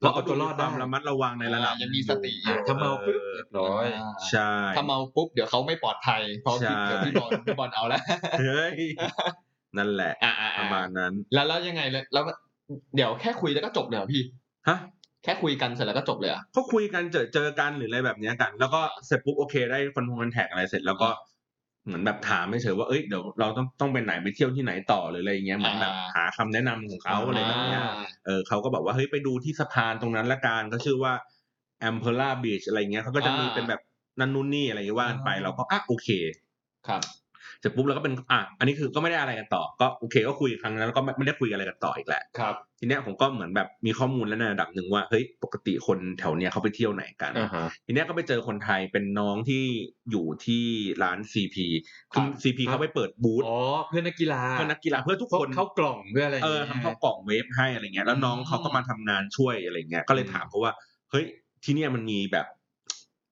เราเอาตัวรอด
ค
ได้
วามระมัดระวังในระดับ
อ่ายังมีสติอยู่
อ่าถ้าเมาปุ๊บเรียบร้อย
อ่า
ใช่
ถ้าเมาปุ๊บเดี๋ยวเขาไม่ปลอดภัยเพราะ
ใช่
พี่เดี๋ยวพี่บอลพี่บอล เอาแล้ว
เฮ้ยนั่นแหละ
อ่ะอ่ะ
ประมา
อ่ะ
ณนั้น
แล้วแล้วยังไงเลยแล้วเดี๋ยวแค่คุยแล้วก็จบเลยเหรอพี่
ฮะ
แค่คุยกันเสร็จแล้วก็จบเลยเหรอ่ะ
เขาคุยกันเจอเจอกันหรืออะไรแบบเนี้ยกัน แล้วก็เสร็จปุ๊บโอเคได้คอนโทรลแท็กอะไรเสร็จแล้วก็เหมือนแบบถามไม่เฉยๆว่าเอ้ยเดี๋ยวเราต้องต้องไปไหนไปเที่ยวที่ไหนต่อหรืออะไรอย่างเงี้ยเหมือนแบบ
อ่า
หาคำแนะนำของเขาอะไรแบบเนี้ย
อ่า
เออเขาก็บอกว่าเฮ้ยไปดูที่สะพานตรงนั้นละกันก็ชื่อว่าแอมเพล่าบีชอะไรเงี้ยเขาก็จะมี
อ่า
เป็นแบบนั่นนู่นนี่อะไรอย่างเงี้ยว่ากันไปเราก็อ่ะโอเค
ครับ
เสร็จปุ๊บเราก็เป็นอ่ะอันนี้คือก็ไม่ได้อะไรกันต่อ ก็โอเคก็คุยครั้งนั้นแล้วก็ไม่ไม่ได้คุยอะไรกันต่ออีกแหละ
ครับ
ทีเนี้ยผมก็เหมือนแบบมีข้อมูลแล้วในระดับหนึ่งว่าเฮ้ยปกติคนแถวเนี้ยเขาไปเที่ยวไหนกัน ทีเนี้ยก็ไปเจอคนไทยเป็นน้องที่อยู่ที่ร้านซีพี
ครั
คือบ ซีพีเขาไปเปิดบูธ
อ๋อเพื่อนนักกีฬา
เพื่อนักกีฬาเพื่อทุกคน
เขากล่องเพื่ออะไรย่าง
เออ
งี้ย
ทำเขากล่องเวฟให้อะไรเงี้ยแล้วน้องเขาก็มาทำงานช่วยอะไรเงี้ยก็เลย
อืม
ถามเขาว่าเฮ้ยที่เนี่ยมันมีแบบ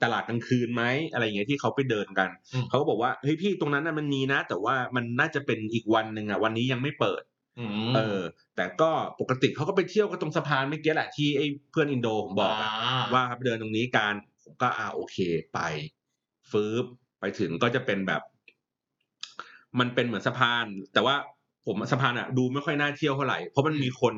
ตลาดกลางคืนไหมอะไรเงี้ยที่เขาไปเดินกัน
อืม
เขาก็บอกว่าเฮ้ยพี่ตรงนั้นน่ะมันมีนะ แต่ว่ามันน่าจะเป็นอีกวันหนึ่งอ่ะวันนี้ยังไม่เปิด
อืม
เออ แต่ก็ปกติเขาก็ไปเที่ยวก็ตรงสะพานเมื่อกี้แหละที่ไอ้เพื่อนอินโดผมบอกอะ
า
ว่าครับเดินตรงนี้การผมก็อ่าโอเคไปฟืบไปถึงก็จะเป็นแบบ มันเป็นเหมือนสะพาน แต่ว่าผมสะพานอะดูไม่ค่อยน่าเที่ยวเท่าไหร่เพราะมันมีคน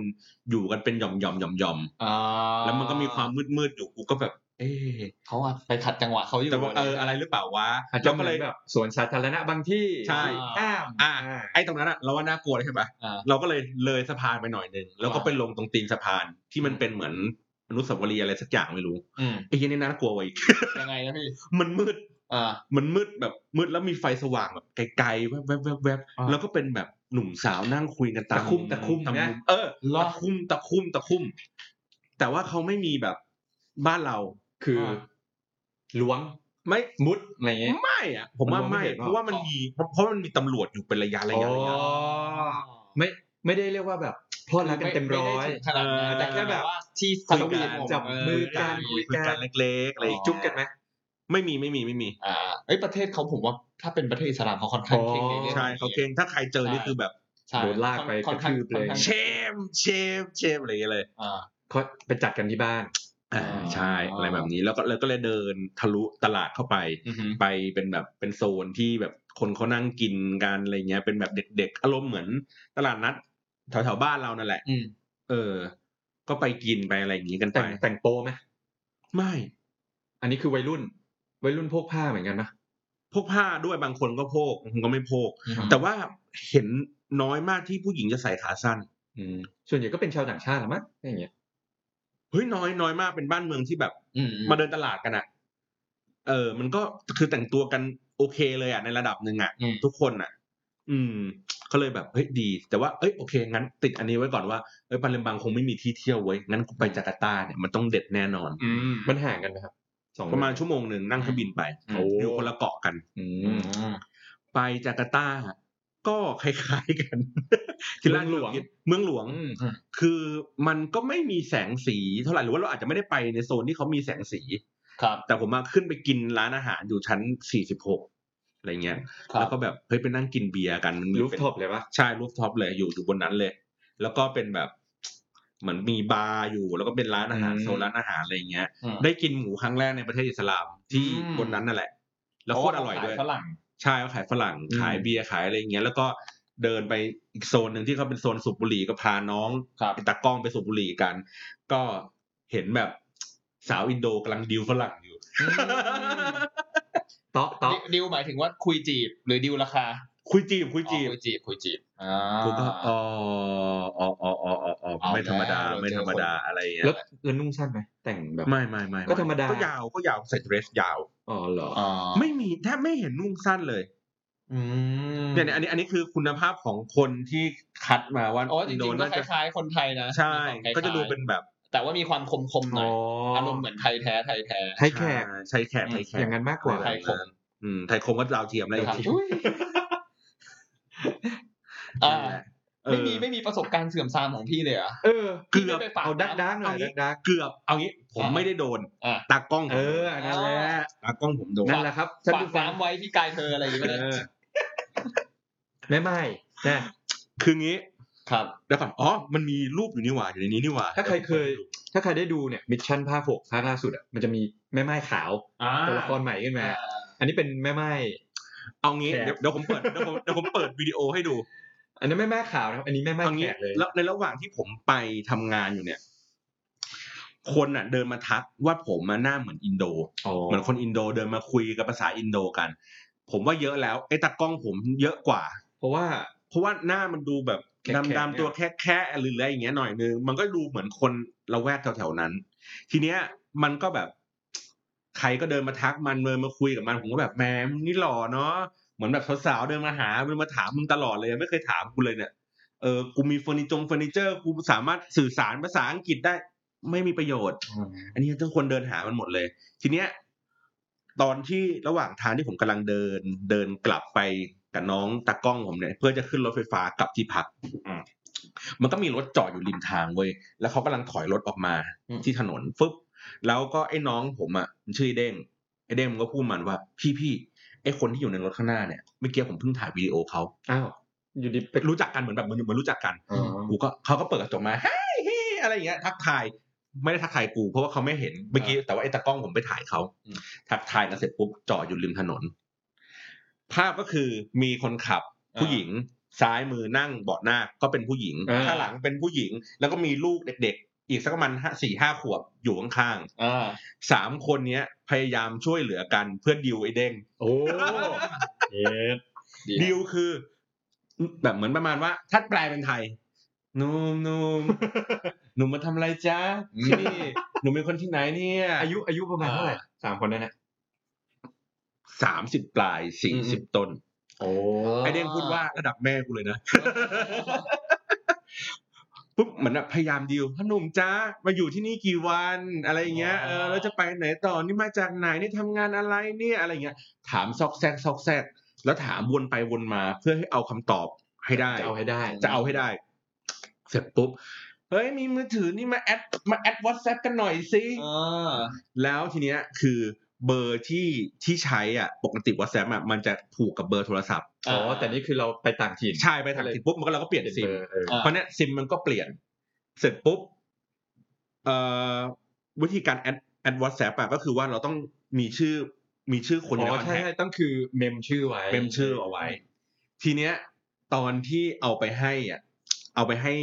อยู่กันเป็นหย่อมหย่อมหย่อมหย่อม
อ่า
แล้วมันก็มีความมืดมืดๆอยู่กูก็แบบ เอ๊ะ
เขาอะไปขัดจังหวะเขาอยู่
แต่ว่าเอออะไรหรือเปล่าวะ
อาจจะ
แล้ว
เหมื
ก็
อ
เลย
นแบบสวนสาธารณะบางที่
ใช่
ห้าม
อ่ะไอ้ตรงนั้นอะเราว่าน่ากลัวใช่ปะ
อ่า
เราก็เลยเลยสะพานไปหน่อยหนึงแล้วก็ไปลงตรงตีนสะพานที่มันเป็นเหมือนอนุสาวรีย์อะไรสักอย่างไม่รู้
อืม
ไอ้เหี้ยนี่น่ากลัวกว่าอีก
ยังไงนะพี่
มันมืด
อ่า
มันมืดแบบมืดแล้วมีไฟสว่างแบบไกลๆแวบแวบแวบแวบ
อ่า
แล้วก็เป็นแบบหนุ่มสาวนั่งคุยกันตาม
ตะคุ่มตะคุ่ม
ตาม
นะ
มุมเออ
เหรอ
ตะคุ่มตะคุ่มตะคุ่มแต่ว่าเขาไม่มีแบบบ้านเรา
คืออ
อ
ล้วง
ไม่
มุดอะไรเงี้ย
ไม่อะผมว่าไม่
มันมองไม่เห็นหรอ
เพราะว่ามันมีเพราะมันมีตำรวจอยู่เป็นระยะระยะระยะ
ไม่ไม่ได้เรียกว่าแบบ พลอดรักกันเต็มร้อ
ไม่ได้
ย
ถึงขนาดนั้น
แต่แค่แบบ
ว่าที่
ส
ส
วี
วี
ท
ท
จับมือกันคุย
คุย
กั
กัน นเล็กๆอะไรอย่างเงี้ย
จุ๊บกันไหม
ไม่มีไม่มีไม่มี
อ่าเอ้ยประเทศเขาผมว่าถ้าเป็นประเทศอิสลามเขาค่อนข้างเข่งในเรื่อง
ใช่เขาเก่งถ้าใครเจอนี่คือแบบ
ใช่
โดนลากไป
ค่อนข้าง
กระทืบเล
ค่
ย
อนข้าง
เชมเชมเชมอะไรอย่างเงี้ยเลย
อ่า
เขาไปจัดกันที่บ้าน
อ่า
อ๋อ
ใช่อะไรแบบนี้แล้วก็แล้วก็เลยเดินทะลุตลาดเข้าไป
อือฮึ
ไปเป็นแบบเป็นโซนที่แบบคนเขานั่งกินกันอะไรเงี้ย เป็นแบบเด็ก ๆ อารมณ์เหมือนตลาดนัดแถวๆบ้านเรานั่นแหละ
อืม
เออ ก็ไปกินไปอะไรอย่างงี้กันไป
แต่งแต่งโปไหม
ไม่
อันนี้คือวัยรุ่น วัยรุ่นพวกผ้าเหมือนกันนะ
พกผ้าด้วยบางคนก็พกบางคนก็ไม่พก
อืม
แต่ว่าเห็นน้อยมากที่ผู้หญิงจะใส่ขาสั้น
อืม ส่วนใหญ่ก็เป็นชาวต่างชาติละมั้งอย่างเงี้ย
เฮ้ยน้อยน้อยมากเป็นบ้านเมืองที่แบบ
อืม
มาเดินตลาดกันอะเออ มันก็คือแต่งตัวกันโอเคเลยอะในระดับหนึ่งอะ
อืม
ทุกคนอะอืมก็เลยแบบเฮ้ยดี แต่ว่าเอ้ยโอเค งั้น ติดอันนี้ไว้ก่อนว่าเอ้ยปาเลมบังคงไม่มีที่เที่ยวไว้ยงั้นกูไปจาการ์ตาเนี่ยมันต้องเด็ดแน่นอน
อืม
มันห่างกันไหมครับสอง
ประมาณชั่วโมงหนึ่งนั่งเครื่องบินไป
โอ้
อยู่คนละเกาะกัน
อื
อื
ม
ม
ไปจาการ์ตา ก็คล้ายๆกัน ที่แรก
เมืองหลวง
เมืองหลวง
อืม
คือมันก็ไม่มีแสงสีเท่าไหร่หรือว่าเราอาจจะไม่ได้ไปในโซนที่เขามีแสงสี
ครับ
แต่ผมมาขึ้นไปกินร้านอาหารอยู่ชั้น 46 อะไรเงี้ย
ครั
แล้ว
บ
ก็แบบเฮ้ยไปนั่งกินเบียร์กันมันมี
รูฟ
เป็น
ท็อปเลยปะ
ใช่รูฟท็อปเลยอยู่อยู่บนนั้นเลย แล้วก็เป็นแบบเหมือนมีบาร์อยู่ แล้วก็เป็นร้านอาหารโซนร้านอาหารอะไรเงี้ย
อืม
ได้กินหมูครั้งแรกในประเทศอิสลามที่
อืม
บนนั้นนั่นแหละ แล้วโคตรอร่อยด้วย
เพาะาขาฝรั่ง
ใช่เขาขายฝรั่ง
อืม
ขายเบียร์ขายอะไรอย่างเงี้ย แล้วก็เดินไปอีกโซนหนึ่งที่เขาเป็นโซนสูบบุหรี่ก็พาน้อง
ครับ
ตากล้องไปสูบบุหรี่กัน ก็เห็นแบบสาวอินโดกำลังดิวฝรั่งอยู่
อืม
เตาะเตาะ
ดิดิวหมายถึงว่าคุยจีบ หรือดิวราคา
คุยจีบคุยจีบ
อ๋อคุยจีบคุยจีบอ่า
กูก็อ๋ออ๋ออ๋ออ๋ออ๋อ
เอา
ไม่ธรรมดา
แล้ว
ไม่ธรรมดาอะไรอย่างเงี้ย
แล้วแล้วนุ่งสั้นไหมแต่งแบบ
ไม่ไม่ไม่ไ
ก็ธรรมดา
ก็ยาวก็ยาวใส่เดรสยาว
อ๋อเหรอ
า
ไม่มีแทบไม่เห็นนุ่งสั้นเลย
อืม
เนี่ยเนี่ยอันนี้อันนี้คือคุณภาพของคนที่คัดมาว่า
โอ้จริงๆก็
น่า
ค
จะ
ล้ายๆ คนไทยนะ
ใช่
มีความคล้ายๆ
ก็จะดูเป็นแบบ
แต่ว่ามีความคมคมๆหน่
อ๋
อ
อย อา
อารมณ์เหมือนไทยแท้ไทยแท้
ไทยแขก
ใช่ใช่แขกไทยแขก
อย่างนั้นมากกว่า
ไทยคม
อืมไทยคมก็ดาวเทียมอะไร
นะ
อ
ครั
ย่า
บ
งเงี้ย
อุ๊ยอ่า
เอ
ไม่
อ
มีไม่มีประสบการณ์เสื่อมทรามของพี่เลยเหรอ่ะ
เออ
เกือบ
ปาก
เอาดักดักหน่อย
เอางี้
ดักดัก
เกือบเอางี้ผมไม่ได้โดน
อ่ะ
ตากล้องผม
เอออันนั่นแหละ
ตากล้องผมโดน
นั่นแหละครับท่าน
ฝาก
ผู้ฟัง
น้ำไว้ที่กายเธออะไรอย่างเงี้ย
เออ
แม่ไม่นะ
คืองี้
ครับ
เดี๋ยวก่อนอ๋อมันมีรูปอยู่นี่หว่าอยู่ในนี้นี่หว่า
ถ้าใครเคย ถ้าใครได้ดูเนี่ยมิชชั่นภาคหกภาคล่าสุดอ่ะมันจะมีแม่ไม้ขาว
อ่า
ตัวละครใหม่ขึ้นมา อันนี้เป็นแม่ไม้
เอางี้
แขก
เดี๋ยวเดี๋ยวผมเปิดเดี๋ยวผมเดี๋ยวผมเปิดวิดีโอให้ดู
อันนี้นแม่ไม้ขาวนะครับ อันนี้แม่ไม้
เอางี้
แขกเลย
แล้วในระหว่างที่ผมไปทำงานอยู่เนี่ย คนอ่ะ เดินมาทักว่าผมมาหน้าเหมือนอินโด เหมือนคนอินโดเดินมาคุยกับภาษาอินโดกัน ผมว่าเยอะแล้วไอ้ตากล้องผมเยอะกว่า
เพราะว่า
เพราะว่าหน้ามันดูแบบ
แคะๆ
ดำ
เนี่ย
ๆตัวแค่ๆหรืออะไรอย่างเงี้ยหน่อยนึงมันก็ดูเหมือนคนละแวกแถวๆนั้น ทีเนี้ยมันก็แบบ ใครก็เดินมาทักมันเดินมาคุยกับมันผมก็แบบแหมมึงนี่หล่อเนาะเหมือนแบบสาวๆเดินมาหาเดินมาถามมึงตลอดเลยไม่เคยถามกูเลยเนี่ยเออกูมีเฟอร์นิจงเฟอร์นิเจอร์กูสามารถสื่อสารภาษาอังกฤษได้ ไม่มีประโยชน์ อันนี้ทุกคนเดินหามันหมดเลย ทีเนี้ยตอนที่ระหว่างทางที่ผมกำลังเดิน เดินกลับไปกับน้องตากล้องผมเนี่ย เพื่อจะขึ้นรถไฟฟ้ากลับที่พัก
อืม
มันก็มีรถจอดอยู่ริมทางเว้ยแล้วเขากำลังถอยรถออกมา
อืม
ที่ถนนฟึบแล้วก็ไอ้น้องผมอ่ะมันชื่อไอ้เด้งไอ้เด้งมันก็พูดมันว่าพี่พี่ไอ้คนที่อยู่ในรถข้างหน้าเนี่ยเมื่อกี้ผมเพิ่งถ่ายวิดีโอเขา
อ้าวอยู่ดีไป
รู้จักกันเหมือนแบบเหมือนเหมือนรู้จักกัน
อ๋อ
กูก็เขาก็เปิดกระจกมาเฮ้ยเฮ้ยอะไรอย่างเงี้ย ทักทาย ไม่ได้ทักทายกู เพราะว่าเขาไม่เห็นเมื่อกี้แต่ว่าไอ้ตากล้องผมไปถ่ายเขา
อืม
ทักทายกันเสร็จปุ๊บจอดอยู่ริมถนน ภาพก็คือมีคนขับ ผู้หญิง ซ้ายมือนั่งเบาะหน้าก็เป็นผู้หญิงข้างหลังเป็นผู้หญิง แล้วก็มีลูกเด็ก ๆ อีกสักประมาณห้าสี่ห้าขวบอยู่ข้าง
อ่า
ๆสามคนเนี้ย พยายามช่วยเหลือกันเพื่อดิวไอ้เด้ง
โอ้เย็ด
ดิวคือ แบบเหมือนประมาณว่า ถ้าแปลเป็นไทยหนุ่มหนุ่มหนุ่มมาทำอะไรจ๊ะ นี่หนุ่มเป็นคนที่ไหนเนี่ย
อายุอายุประมาณเท่าไหร่สามคนนั่นนะ
สามสิบปลายสี่สิบต้น
โอ้
ไอเด้งพูดว่าระดับแม่กูเลย นะปุ๊บเหมือนแบบพยายามดิวหนุ่มจ้ามาอยู่ที่นี่กี่วันอะไรอย่างเงี้ยเออแล้วจะไปไหนต่อนี่มาจากไหนนี่ทำงานอะไรเนี่ยอะไรอย่างเงี้ย ถามซอกแซกซอกแซกแล้วถามวนไปวนมาเพื่อให้เอาคำตอบให้ได้
จะเอาให้ได้
จะเอาให้ได้ เสร็จปุ๊บ เฮ้ยมีมือถือนี่มาแอดมาแอดวอตแซปกันหน่อยสิ
อ่า
แล้วทีเนี้ยคือเบอร์ที่ที่ใช้อ่ะปกติ WhatsApp อ่ะมันจะผูกกับเบอร์โทรศัพท์
อ๋อแต่นี่คือเราไปต่างถิ่น
ใช่ไปทางติดปุ๊บมันก็เราก็เปลี่ยนซิม
เบอร์เออ
อ่า
เพราะเนี้ยซิมมันก็เปลี่ยน เสร็จปุ๊บเอ่อวิธีการแอดแอดวอทแซปอะก็คือว่าเราต้องมีชื่อมีชื่อคนอยู่
อ๋อ
ในคอน
ใช่
แทค
ใช่ต้องคือเมมชื่อไว้
เมมชื่อเอาไว้ ทีเนี้ย ตอนที่เอาไปให้อ่ะเอาไปให้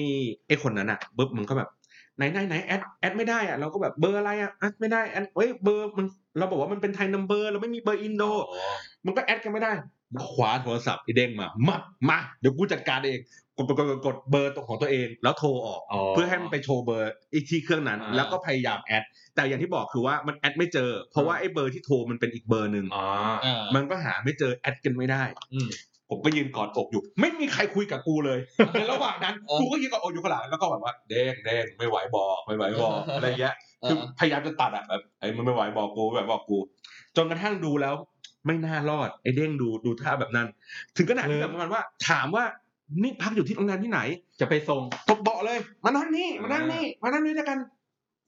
ไอ้คนนั้นอ่ะปุ๊บมันก็แบบไหนไหนไหนแอดแอดไม่ได้อ่ะเราก็แบบเบอร์อะไรอ่ะแอดไม่ได้แอดเอ้ยเบอร์มันเราบอกว่ามันเป็นไทยนัมเบอร์เราไม่มีเบอร์อินโด
อ๋อ
มันก็แอดกันไม่ได้มันคว้าโทรศัพท์ที่เด้งมา มามาเดี๋ยวกูจัดการเองกดกดกดกดกดเบอร์ตัวของตัวเอง แล้วโทรออก
อ๋อ
เพื่อให้มันไปโชว์เบอร์ไอ้ที่เครื่องนั้น
อ่า
แล้วก็พยายามแอด แต่อย่างที่บอกคือว่ามันแอดไม่เจอ เพราะว่าไอ้เบอร์ที่โทรมันเป็นอีกเบอร์หนึ่ง
อ๋อ
อ่า
มันก็หาไม่เจอแอดกันไม่ได้
อืม
ผมก็ยืนกอดอกอยู่ ไม่มีใครคุยกับกูเลย ในระหว่างนั้น
เออ
กูก็ยืนกอดอกอยู่ข้างหลังแล้วก็แบบว่าเด้งเด้งไม่ไหวบอกไม่ไหวบอก อะไรเงี้ย คือพยายามจะตัดอ่ะแบบไอ้ยมันไม่ไหวบอกกูแบบบอกกู จนกระทั่งดูแล้ว ไม่น่ารอดไอ้เด้งดูดูท่าแบบนั้น ถึงขนาดที่
เออ
แบบประมาณว่า ถามว่านี่พักอยู่ที่โรงแรมที่ไหน
จะไปส่ง
ตบเบาะเลย มานั่งนี่มานั่งนี่มานั่งนี่ด้วยกัน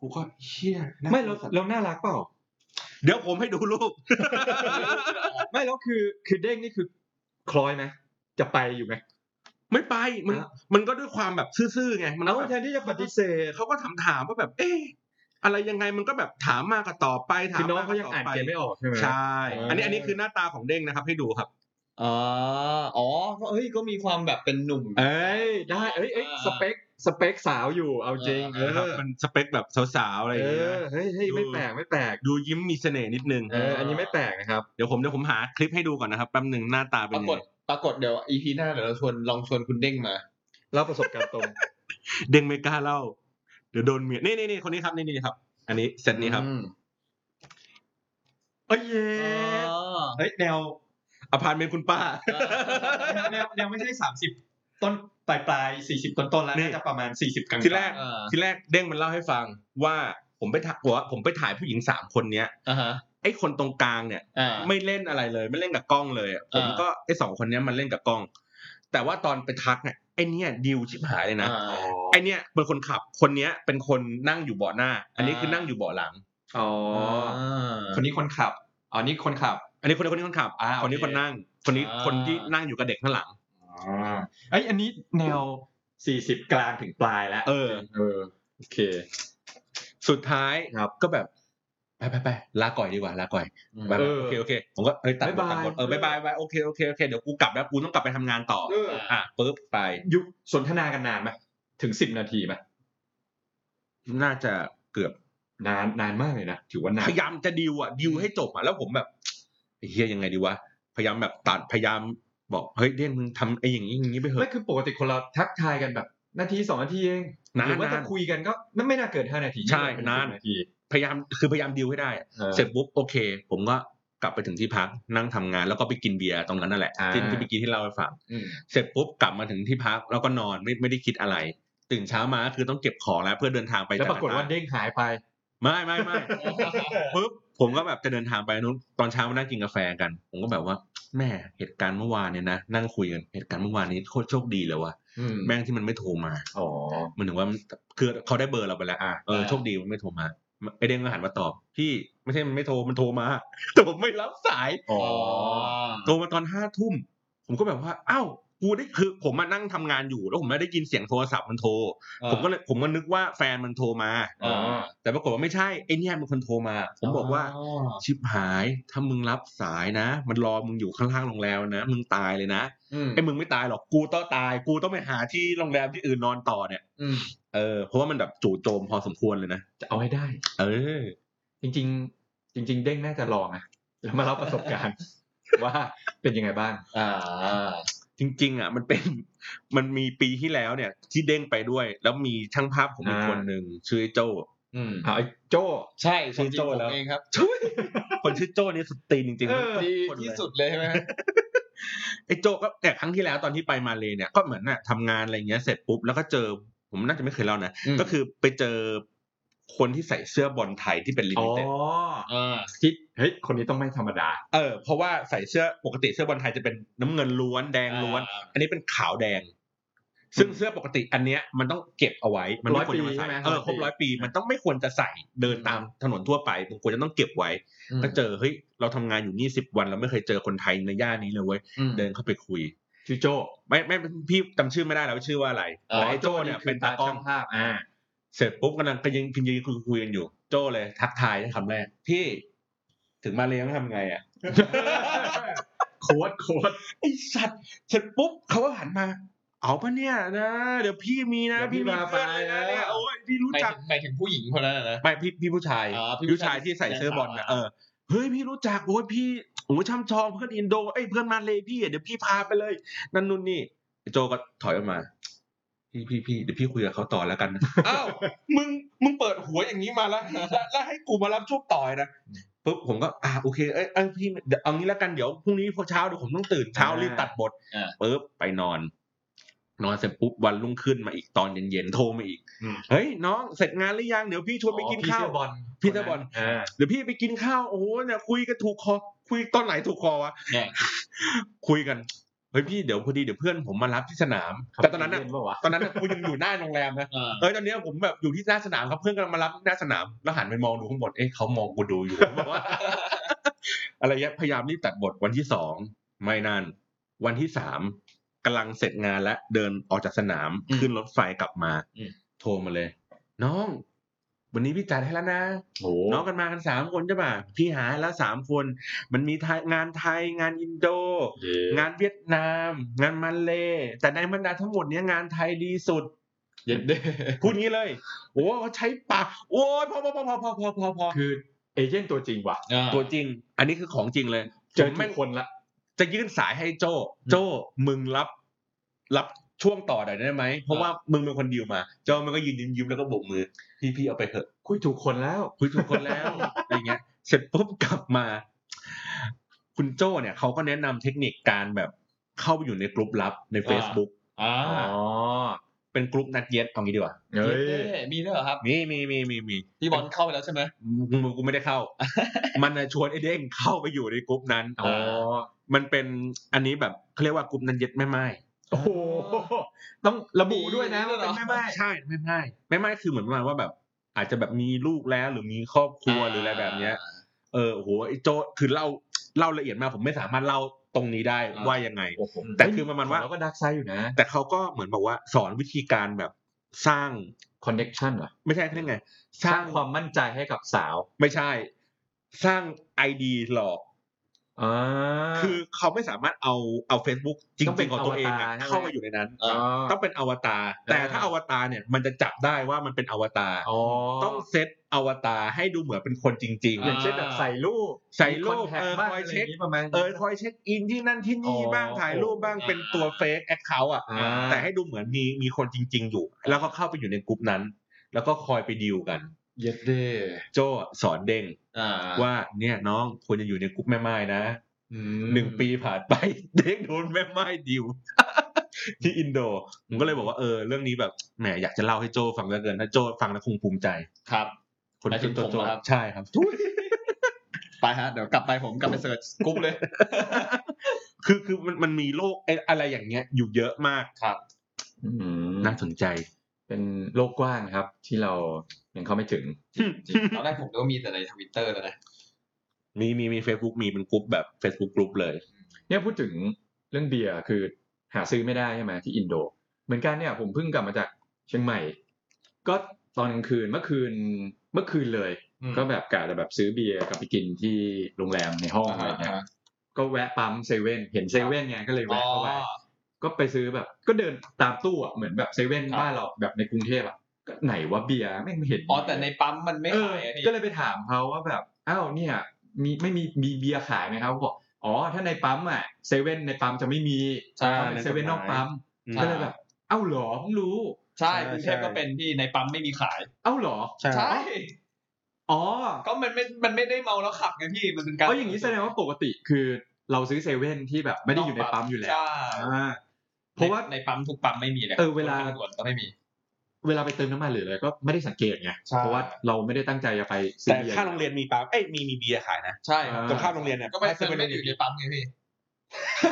กูก็เฮียน่
ไม่เรา
สงสาร
เราน่ารักเปล่า
เดี๋ยวผมให้ดูรูป
ไม่แล้วคือคือเด้งนี่คือคล้อยไหมจะไปอยู่ไหม
ไม่ไปมัน
อ่ะ
มันก็ด้วยความแบบซื่อๆไงมันก็
เอา
แบบ
แทนที่จะปฏิเสธ
เขาก็ถามถามๆว่าแบบ เอ๊ะอะไรยังไงมันก็แบบถามมากก็ตอบไปถา
คือ
ม
น้อง
ม
เขายังอ่านเกมไม่ออกใช่ไหม
ใช่อันนี้
เอออั
อันนี้คือหน้าตาของเด้งนะครับ ให้ดูครับ
อ๋ออ๋อก็เฮ้ยก็มีความแบบเป็นหนุ่ม
เอ้ยได้เอ้ยเอ้ย
อ่า
สเปคสเปคสาวอยู่เอาจริง
เอ
เอ
อ
นะครับ
อ
มันสเปคแบบสาวๆอะไรอ
เอย่าง
เงี้ย
อเฮ้ยเฮ้ย
ดู
ไม่แปลกไม่แปลก
ดูยิ้มมีเสน่ห์นิดนึง
เอออันนี้ไม่แปลกนะครับ
เดี๋ยวผมเดี๋ยวผมหาคลิปให้ดูก่อนนะครับแป๊บหนึ่งหน้าตาเป็
ป
น
รา
ยัง
ก
ไง
ฏปรากฏเดี๋ยวอีพีหน้าเดี๋ยวเราชวนลองชวนคุณเด้งมา
เล่าประสบการณ์ตรง
เด้งไม่กล้าเล่า เดี๋ยวโดนเมียนี่นี่นี่คนนี้ครับนี่นี่ครับ อันนี้เซตนี้ครับ
อืม
เอ้ยเย้
อ๋อ
เฮ้ยแนว
อพาร์ตเมนต์คุณป้า
แนวแนวแนวไม่ใช่สามสิบต้นปลายปลายสี่สิบต้นต้นๆแล้ว
นี่
น่าจะประมาณสี่สิบกลางๆ
ทีแรก
เออ
ทีแรกเด้งมันเล่าให้ฟังว่าผมไปถ่ายว่าผมไปถ่ายผู้หญิงสามคนเนี้ย
อ่าฮะ
ไอ้คนตรงกลางเนี่ย
อ่า
ไม่เล่นอะไรเลยไม่เล่นกับกล้องเลยอะผม
อ่า
ก็ไอ้สองคนเนี้ยมันเล่นกับกล้อง แต่ว่าตอนไปทักเนี่ยไอ้เนี่ยดิวชิบหายเลยนะ
อ่า
ไอ้เนี่ยเป็นคนขับคนเนี้ยเป็นคนนั่งอยู่เบาะหน้า อันนี้
อ่า
คือนั่งอยู่เบาะหลัง
อ๋อคนนี้คนขับอ๋อนี่คนขับ
อันนี้คนนี้คนนี้คนขับ
อ่า
คนนี้
โอเค
คนนั่ง คนนี้
อ่า
คนที่นั่งอยู่กับเด็กข้างหลัง
ไอยอันนี้แนวสี่สิบกลางถึงปลายแล้ว
เออ
เออโอเค
สุดท้าย
ครับ
ก็แบบไปไปไปลาก่อยดีกว่าลาก่อยไป
เอ
ไป
อ
โอเคโอเคผมก็เอ้ยตัดบท
บ๊ายบาย
ตัดบทเออบายบายบายโอเคโอเคโอเคเดี๋ยวกูกลับแล้วกูต้องกลับไปทำงานต่อ
เออ
อ่ะปุ๊บไป
ยุคสนทนากันนานไหมถึงสิบนาทีไหม
น่าจะเกือบ
นานนานมากเลยนะ ถือว่านาน
พยายามจะดิวอ่ะดิวให้จบอ่ะแล้วผมแบบไอ้เฮียยังไงดีวะพยายามแบบตัดพยายามบอกเฮ้ยเด่นมึงทำไอ้อย่างนี้อย่างนี้ไปเถ
ไม่
อะ
คือปกติคนเราทักทายกันแบบ นาทีสองนาทีเอง
นาน
หรือว่า
นา
ถ้าน คุยกันก็ไม่ไม่น่าเกินห้านาที
ใช่
ไม่เกิ
นาน
10นาที
พยายามคือพยายามดิวให้ได้อะ
ออ
เสร็จปุ๊บโอเค ผมก็กลับไปถึงที่พักนั่งทำงานแล้วก็ไปกินเบียร์ตรงนั้นนั่นแหละ
อ่า
ที่ที่เมื่อกี้ที่เล่าให้ฟัง
อืม
เสร็จปุ๊บกลับมาถึงที่พักแล้วก็นอนไม่ไม่ได้คิดอะไร ตื่นเช้ามาคือต้องเก็บของแล้วเพื่อเดินทางไป
แล้วปรากฏว่า
จังหด
เด้งหายไป
ไม่ไม่ไม่ ปุ๊บผมก็แบบจะเดินทางไปนู้นตอนเช้ามานั่งกินกาแฟกัน ผมก็แบบว่าแม่เหตุการณ์เมื่อวานเนี่ยนะนั่งคุยกันเหตุการณ์เมื่อวานนี้โคตรโชคดีเลยว่ะ
อืม
แม่งที่มันไม่โทรมา
อ๋อ
มันถึงว่ามันคือเขาได้เบอร์เราไปแล้วอ่ะเออ
อ่า
โชคดีมันไม่โทรมาไอเด้งก็หันมาตอบพี่ไม่ใช่มันไม่โทรมันโทรมา แต่ผมไม่รับสาย
อ๋อ
โทรมาตอนห้าทุ่มผมก็แบบว่าอ้าวกูได้คือผมมานั่งทำงานอยู่แล้วผมไม่ได้ยินเสียงโทรศัพท์มันโทร ผมก็เลยผมก็นึกว่าแฟนมันโทรมา
อ๋อ
แต่ปรากฏว่าไม่ใช่ไอเนี่ยมันคนโทรมา ผมบอกว่า ชิบหายถ้ามึงรับสายนะ มันรอมึงอยู่ข้างล่างโรงแรมนะ มึงตายเลยนะ
อืม
ไอ้มึงไม่ตายหรอกกูต้องตาย กูต้องไปหาที่โรงแรมที่อื่นนอนต่อเนี่ย
อืม
เออเพราะว่ามันแบบจู่โจมพอสมควรเลยนะ
จะเอาให้ได้
เออ
จริง ๆ จริง ๆ เด้งน่าจะลองนะแล้วมาเล่าประสบ การณ์ ว่าเป็นยังไงบ้าง
อ่า
จริง ๆ อ่ะ มัน เป็น มันมีปีที่แล้วเนี่ย ที่เด้งไปด้วย แล้วมีช่างภาพผมอีก
อ่า
คนหนึ่งชื่อไอ้โจ
อืม
เอาไอ้โจ้
ใช่
ชื่อโจ้แล้ว
ผมเองครับ
คนชื่อโจนี่สุดตีนจริงๆ
เอ
ทั้ง
อ
คน
ดี
เลย
ที่สุดเลยใช่ไหม
ไอ้โจก็แต่ยครั้งที่แล้วตอนที่ไปมาเลยเนี่ยก็เหมือนน่ะทำงานอะไรเงี้ยเสร็จปุ๊บแล้วก็เจอผมน่าจะไม่เคยเล่านะ
อืม
ก็คือไปเจอคนที่ใส่เสื้อบอลไทยที่เป็นลิ
อ๋
มิ
อ
เต็ด
อ่า
คิดเฮ้ยคนนี้ต้องไม่ธรรมดา
เออเพราะว่าใส่เสื้อปกติเสื้อบอลไทยจะเป็นน้ำเงินล้วนแดงล้วน
อ่า
อันนี้เป็นขาวแดง ซึ่งเสื้อปกติอันเนี้ยมันต้องเก็บเอาไว้ มัไม่ควรจะมา
ร้อยปีใช่
ใส่
ไหม
เออครบ
ร้
ร้
อ
อย ย
ปี
ปีมันต้องไม่ควรจะใส่เดินตามถนนทั่วไปมันควรจะต้องเก็บไว้ ถ้าเจอเฮ้ยเราทำงานอยู่นี่สิบวันเราไม่เคยเจอคนไทยในย่านนี้เลยเว้ย
อืม
เดินเข้าไปคุย
ชื่อโจ
ไม่ไม่พี่จำชื่อไม่ได้แล้วว่าชื่อว่าอะไร
อ๋อ
แต่ไอ้โจเนี่ยเป็นตากล้อง
ช่ภาพอ่า
เสร็จปุ๊บกำลังก็ยังพิมพ์ยืนคุยคุยกันอยู่ โจ้เลยทักทายคำแรก พี่ถึงมาเลยต้องทำไงอ่ะ
โค้ดโค้ด
ไอสัตว์เสร็จปุ๊บเขาก็หันมา เอาปะเนี่ยนะเดี๋ยวพี่มีนะ
เดี๋ยวพี่
พี่มี
มา
เพื่อนเลยนะ
ไปนะ
เนี่ยโอ้ยพี่รู้
หมาย
จัก
ถึงหมายถึงผู้หญิงคนนั้นอะนะ
ไม่พี่พี่ผู้ชาย
อ๋อพี่ผู้
ผู้
ชา
ชาย ยที่ใส่เสื้อบอลนะเออเฮ้ยพี่รู้จักโอ้ยพี่โอ้ยช่ำชองเพื่อนอินโดเอ้ยเพื่อนมาเลยพี่อะเดี๋ยวพี่พาไปเลย นั่นนู่นนี่ไอ้โจก็ถอยออกมา พี่พี่พี่เดี๋ยวพี่คุยกับเขาต่อแล้วกันนะ อ้าวมึงมึงเปิดหัวอย่างนี้มาแล้วแล้วแล้วให้กูมารับช่วงต่อยนะปุ๊บผมก็อ่าโอเคเอ้ยเอ้ยพี่เดี๋ยวเอางี้แล้วกันเดี๋ยวพรุ่งนี้พอเช้าเดี๋ยวผมต้องตื่นเช้า
อ่ารี
รีบตัดบท
อ่า
ปุ๊บไปนอน นอนเสร็จปุ๊บวันรุ่งขึ้นมาอีกตอนเย็นๆโทรมาอีก
อืม
เฮ้ยน้องเสร็จงานหรือยังเดี๋ยวพี่ชวนไปกินข้าว
อ๋อพี่เสื้อบอล
พี่เสื้อบอล
อ่า
เดี๋ยวพี่ไปกินข้าวโอ้โหเนี่ยคุยกันถูกคอคุยตอนไหนถูกคอวะ
เนี่ย
คุยกันเฮ้ยพี่เดี๋ยวพอดีเดี๋ยวเพื่อนผมมารับที่สนาม แต่ตอนนั้นอะตอนนั้นอะกูยังอยู่หน้าโรงแรมนะ
อ่า
เอ้ยตอนเนี้ยผมแบบอยู่ที่หน้าสนามครับเพื่อนกำลังมารับหน้าสนามแล้วหันไปมองดูข้างบนเอ๊ะเขามองกูดูอยู่ ผมแบบว่า อะไรเงี้ยพยายามรีบตัดบทวันที่สองไม่นานวันที่สามกำลังเสร็จงานและเดินออกจากสนามขึ้นรถไฟกลับมา
อืม
โทรมาเลย น้อง วันนี้พี่จัดให้แล้วนะ
โอ้
น้องกันมากันสามคนใช่ป่ะพี่หาแล้วสามคน มันมีไทยงานไทยงานอินโด งานเวียดนาม งานมาเลแต่ในบรรดาทั้งหมดเนี้ยงานไทยดีสุด
เย็นเด้
พูดงี้เลย โอ้เขาใช้ปากโอ้ยพอพอพอพอพอพอพอพอ
คือเอเจนต์ตัวจริงว่ะ
อ่า
ตัวจริง อันนี้คือของจริงเลย
เจอ
ผม
ทุ
แม่
ก
ง
คนละ
จะยื่นสายให้โจโจมึงรับ รับช่วงต่อหน่อยได้ไหม เพราะว่ามึงเป็นคนดีลมา โจมันก็ยืนยิ้มยิ้มแล้วก็โบกมือ พี่พี่เอาไปเถอะ
คุยถูกคนแล้ว
คุยถูกคนแล้ว อะไรเงี้ย เสร็จปุ๊บกลับมา คุณโจเนี่ยเขาก็แนะนำเทคนิคการแบบเข้าไปอยู่ในกลุ่มลับใน
อ่า
Facebook
อ่า
อ๋อ
เป็นกลุ่มนัดเย็ดเอางี้ดีกว่า
เฮ้
เย็น
ย
เด้มีด้วยเหรอครับ
มีมีมีมีมี
พี่บอลเข้าไปแล้วใช่ไหม
มึงกูไม่ได้ เข้า มันน่ะชวนไอ้เด้งเข้าไปอยู่ในกลุ่มนั้น
อ๋อ
มันเป็นอันนี้แบบเขาเรียกว่ากลุ่มนั้นเย็ดแม่ไม้
โอ้โห ต้องระบุด้วยนะว่าเป็นแม่ไม้
ใช่แม่ไม้แม่ไม้คือเหมือนประมาณว่าแบบ อาจจะแบบมีลูกแล้วหรือมีครอบครัวหรืออะไรแบบเนี้ย เออโอ้โหไอ้โจคือเล่าเล่าละเอียดมากผมไม่สามารถเล่าตรงนี้ได้
อ่า
ว่ายังไง
โอ้โห
แต่คือประมาณว่า
แล้วก็ดักไซด์อยู่นะ
แต่เขาก็เหมือนบอกว่าสอนวิธีการแบบสร้าง
คอนเน็กชันเหรอ
ไม่ใช่เขาเรียกไง
สร้างความมั่นใจให้กับสาว
ไม่ใช่ สร้างไอดีหลอก
อ่า
คือเขาไม่สามารารถเอาเอา Facebook จริ
ต้องเป็น
งๆของตัวเองอะ
อวตารใช่ไหม
เข้ามาอยู่ในนั้น
อ่า
ต้องเป็นอวตาร แต่ถ้าอวตารเนี่ยมันจะจับได้ว่ามันเป็นอวตาร
อ๋อ
ต้องเซตอวตารให้ดูเหมือนเป็นคนจริง
อย่างเช่นแบบใส่รูป
ใส่รู
มี
ป
คนแท็ก
เออ
บ้าง
คอย
อะไร
เช็ค
นี้ประมาณ
ๆ เออคอยเช็คอินที่นั่นที่นี่บ้าง
อ๋อ
ถ่ายรูปบ้างเป็นตัวเฟกแอคเคาท์อ่ะ
อ่า
แต่ให้ดูเหมือนมีมีคนจริง ๆ อยู่ แล้วก็เข้าไปอยู่ในกลุ่มนั้น แล้วก็คอยไปดีลกัน
เย็นเด้
โจสอนเด้ง
อ่า
ว่าเนี่ยน้องควรจะอยู่ในกลุ่มแม่ไม้นะ
อืม
หนึ่งปีผ่านไป เด็กโดนแม่ไม้ดิว ที่อินโดผมก็เลยบอกว่าเออเรื่องนี้แบบแหมอยากจะเล่าให้โจฟังเหลือเกินถ้าโจฟังแล้วคงภูมิใจ
ครับ
คน
หมายถึ
ที่
ง
โจ
ผมเหรอครับ
ใช่ครับทุย
ไปฮะ เดี๋ยวกลับไปผมกลับไปเสิร์ชกรุ๊ปเลย
คือคือมันมันมีโลกไอ้อะไรอย่างเงี้ย อยู่เยอะมาก
ครับ
อืม
น่าสนใจ
เป็นโลกกว้างครับ ที่เรายังเข้าไม่ถึง
จริงตอนแรกผมก็มีแต่ในทวิตเตอร์แล้วนะ
มีมีมีเฟซบุ๊กมีเป็นกลุ่มแบบ Facebook กลุ่มเลย
เนี่ยพูดถึงเรื่องเบียร์คือหาซื้อไม่ได้ใช่ไหมที่อินโด เหมือนกันเนี่ยผมเพิ่งกลับมาจากเชียงใหม่ ก็ตอนกลางคืนเมื่อคืนเมื่อคืนเลย
อืม
ก็แบบกะจะแบบซื้อเบียร์กลับไปกินที่โรงแรมในห้องอะไรเงี้ย
อ่าฮะ
ก็แวะปั๊มเซเว่นเห็นเซเว่นไงก็เลย
อ๋อ
แวะเข้าไปก็ไปซื้อแบบ ก็เดินตามตู้อะเหมือนแบบเซเว่น
ครับ
บ้านเราแบบในกรุงเทพอะก็ไหนว่าเบียร์แม่งไม่เห็น
อ๋อแต่ในปั๊มมันไม่
เออ
ขายอะพี่
ก็เลยไปถามเขาว่าแบบอ้าวเนี่ย มีไม่มีมีเบียร์ขายไหมครับเขาบอกอ๋อถ้าในปั๊มอะเซเว่นในปั๊มจะไม่มี
ใช่
เขาเป็นเซเว่นนอกปั๊ม
อืม
ใช่
ก็เลยแบบ เอ้าเหรอเพิ่งรู้
ใช่
ใช่
กรุงเทพก็เป็นที่ในปั๊มไม่มีขาย
เอ้าเหรอ
ใช่
ใช่
อ๋อ
ก็มันไม่ มันไม่ได้เมาแล้วขับไงพี่ มันเป็นการ
เอ้ยอย่างนี้แสดงว่าปกติคือเราซื้อเซเว่นที่แบบไม่ได้อยู่ในปั๊มอยู่แล้ว
ใช่
อ่าเพราะว่า
ในปั๊มทุกปั๊มไม่มีเลย
เออเวลา
คนทงด่วนก็ไม่มี
เวลาไปเติมน้ำมันหรืออะไรก็ไม่ได้สังเกตไง
ใช่
เพราะว่าเราไม่ได้ตั้งใจจะไปซื้
แต่
อเบียร์
ค่าโรงเรียนมีปั๊มเอ้ยมีมีเบียร์ขายนะ
ใช่
อ่า
ตรงข้ามโรงเรียนเนี่ย
ก็ไม่
ให้เซ
ใช่
เว่น
ไม่ได้อยู่ในปั๊มไงพี่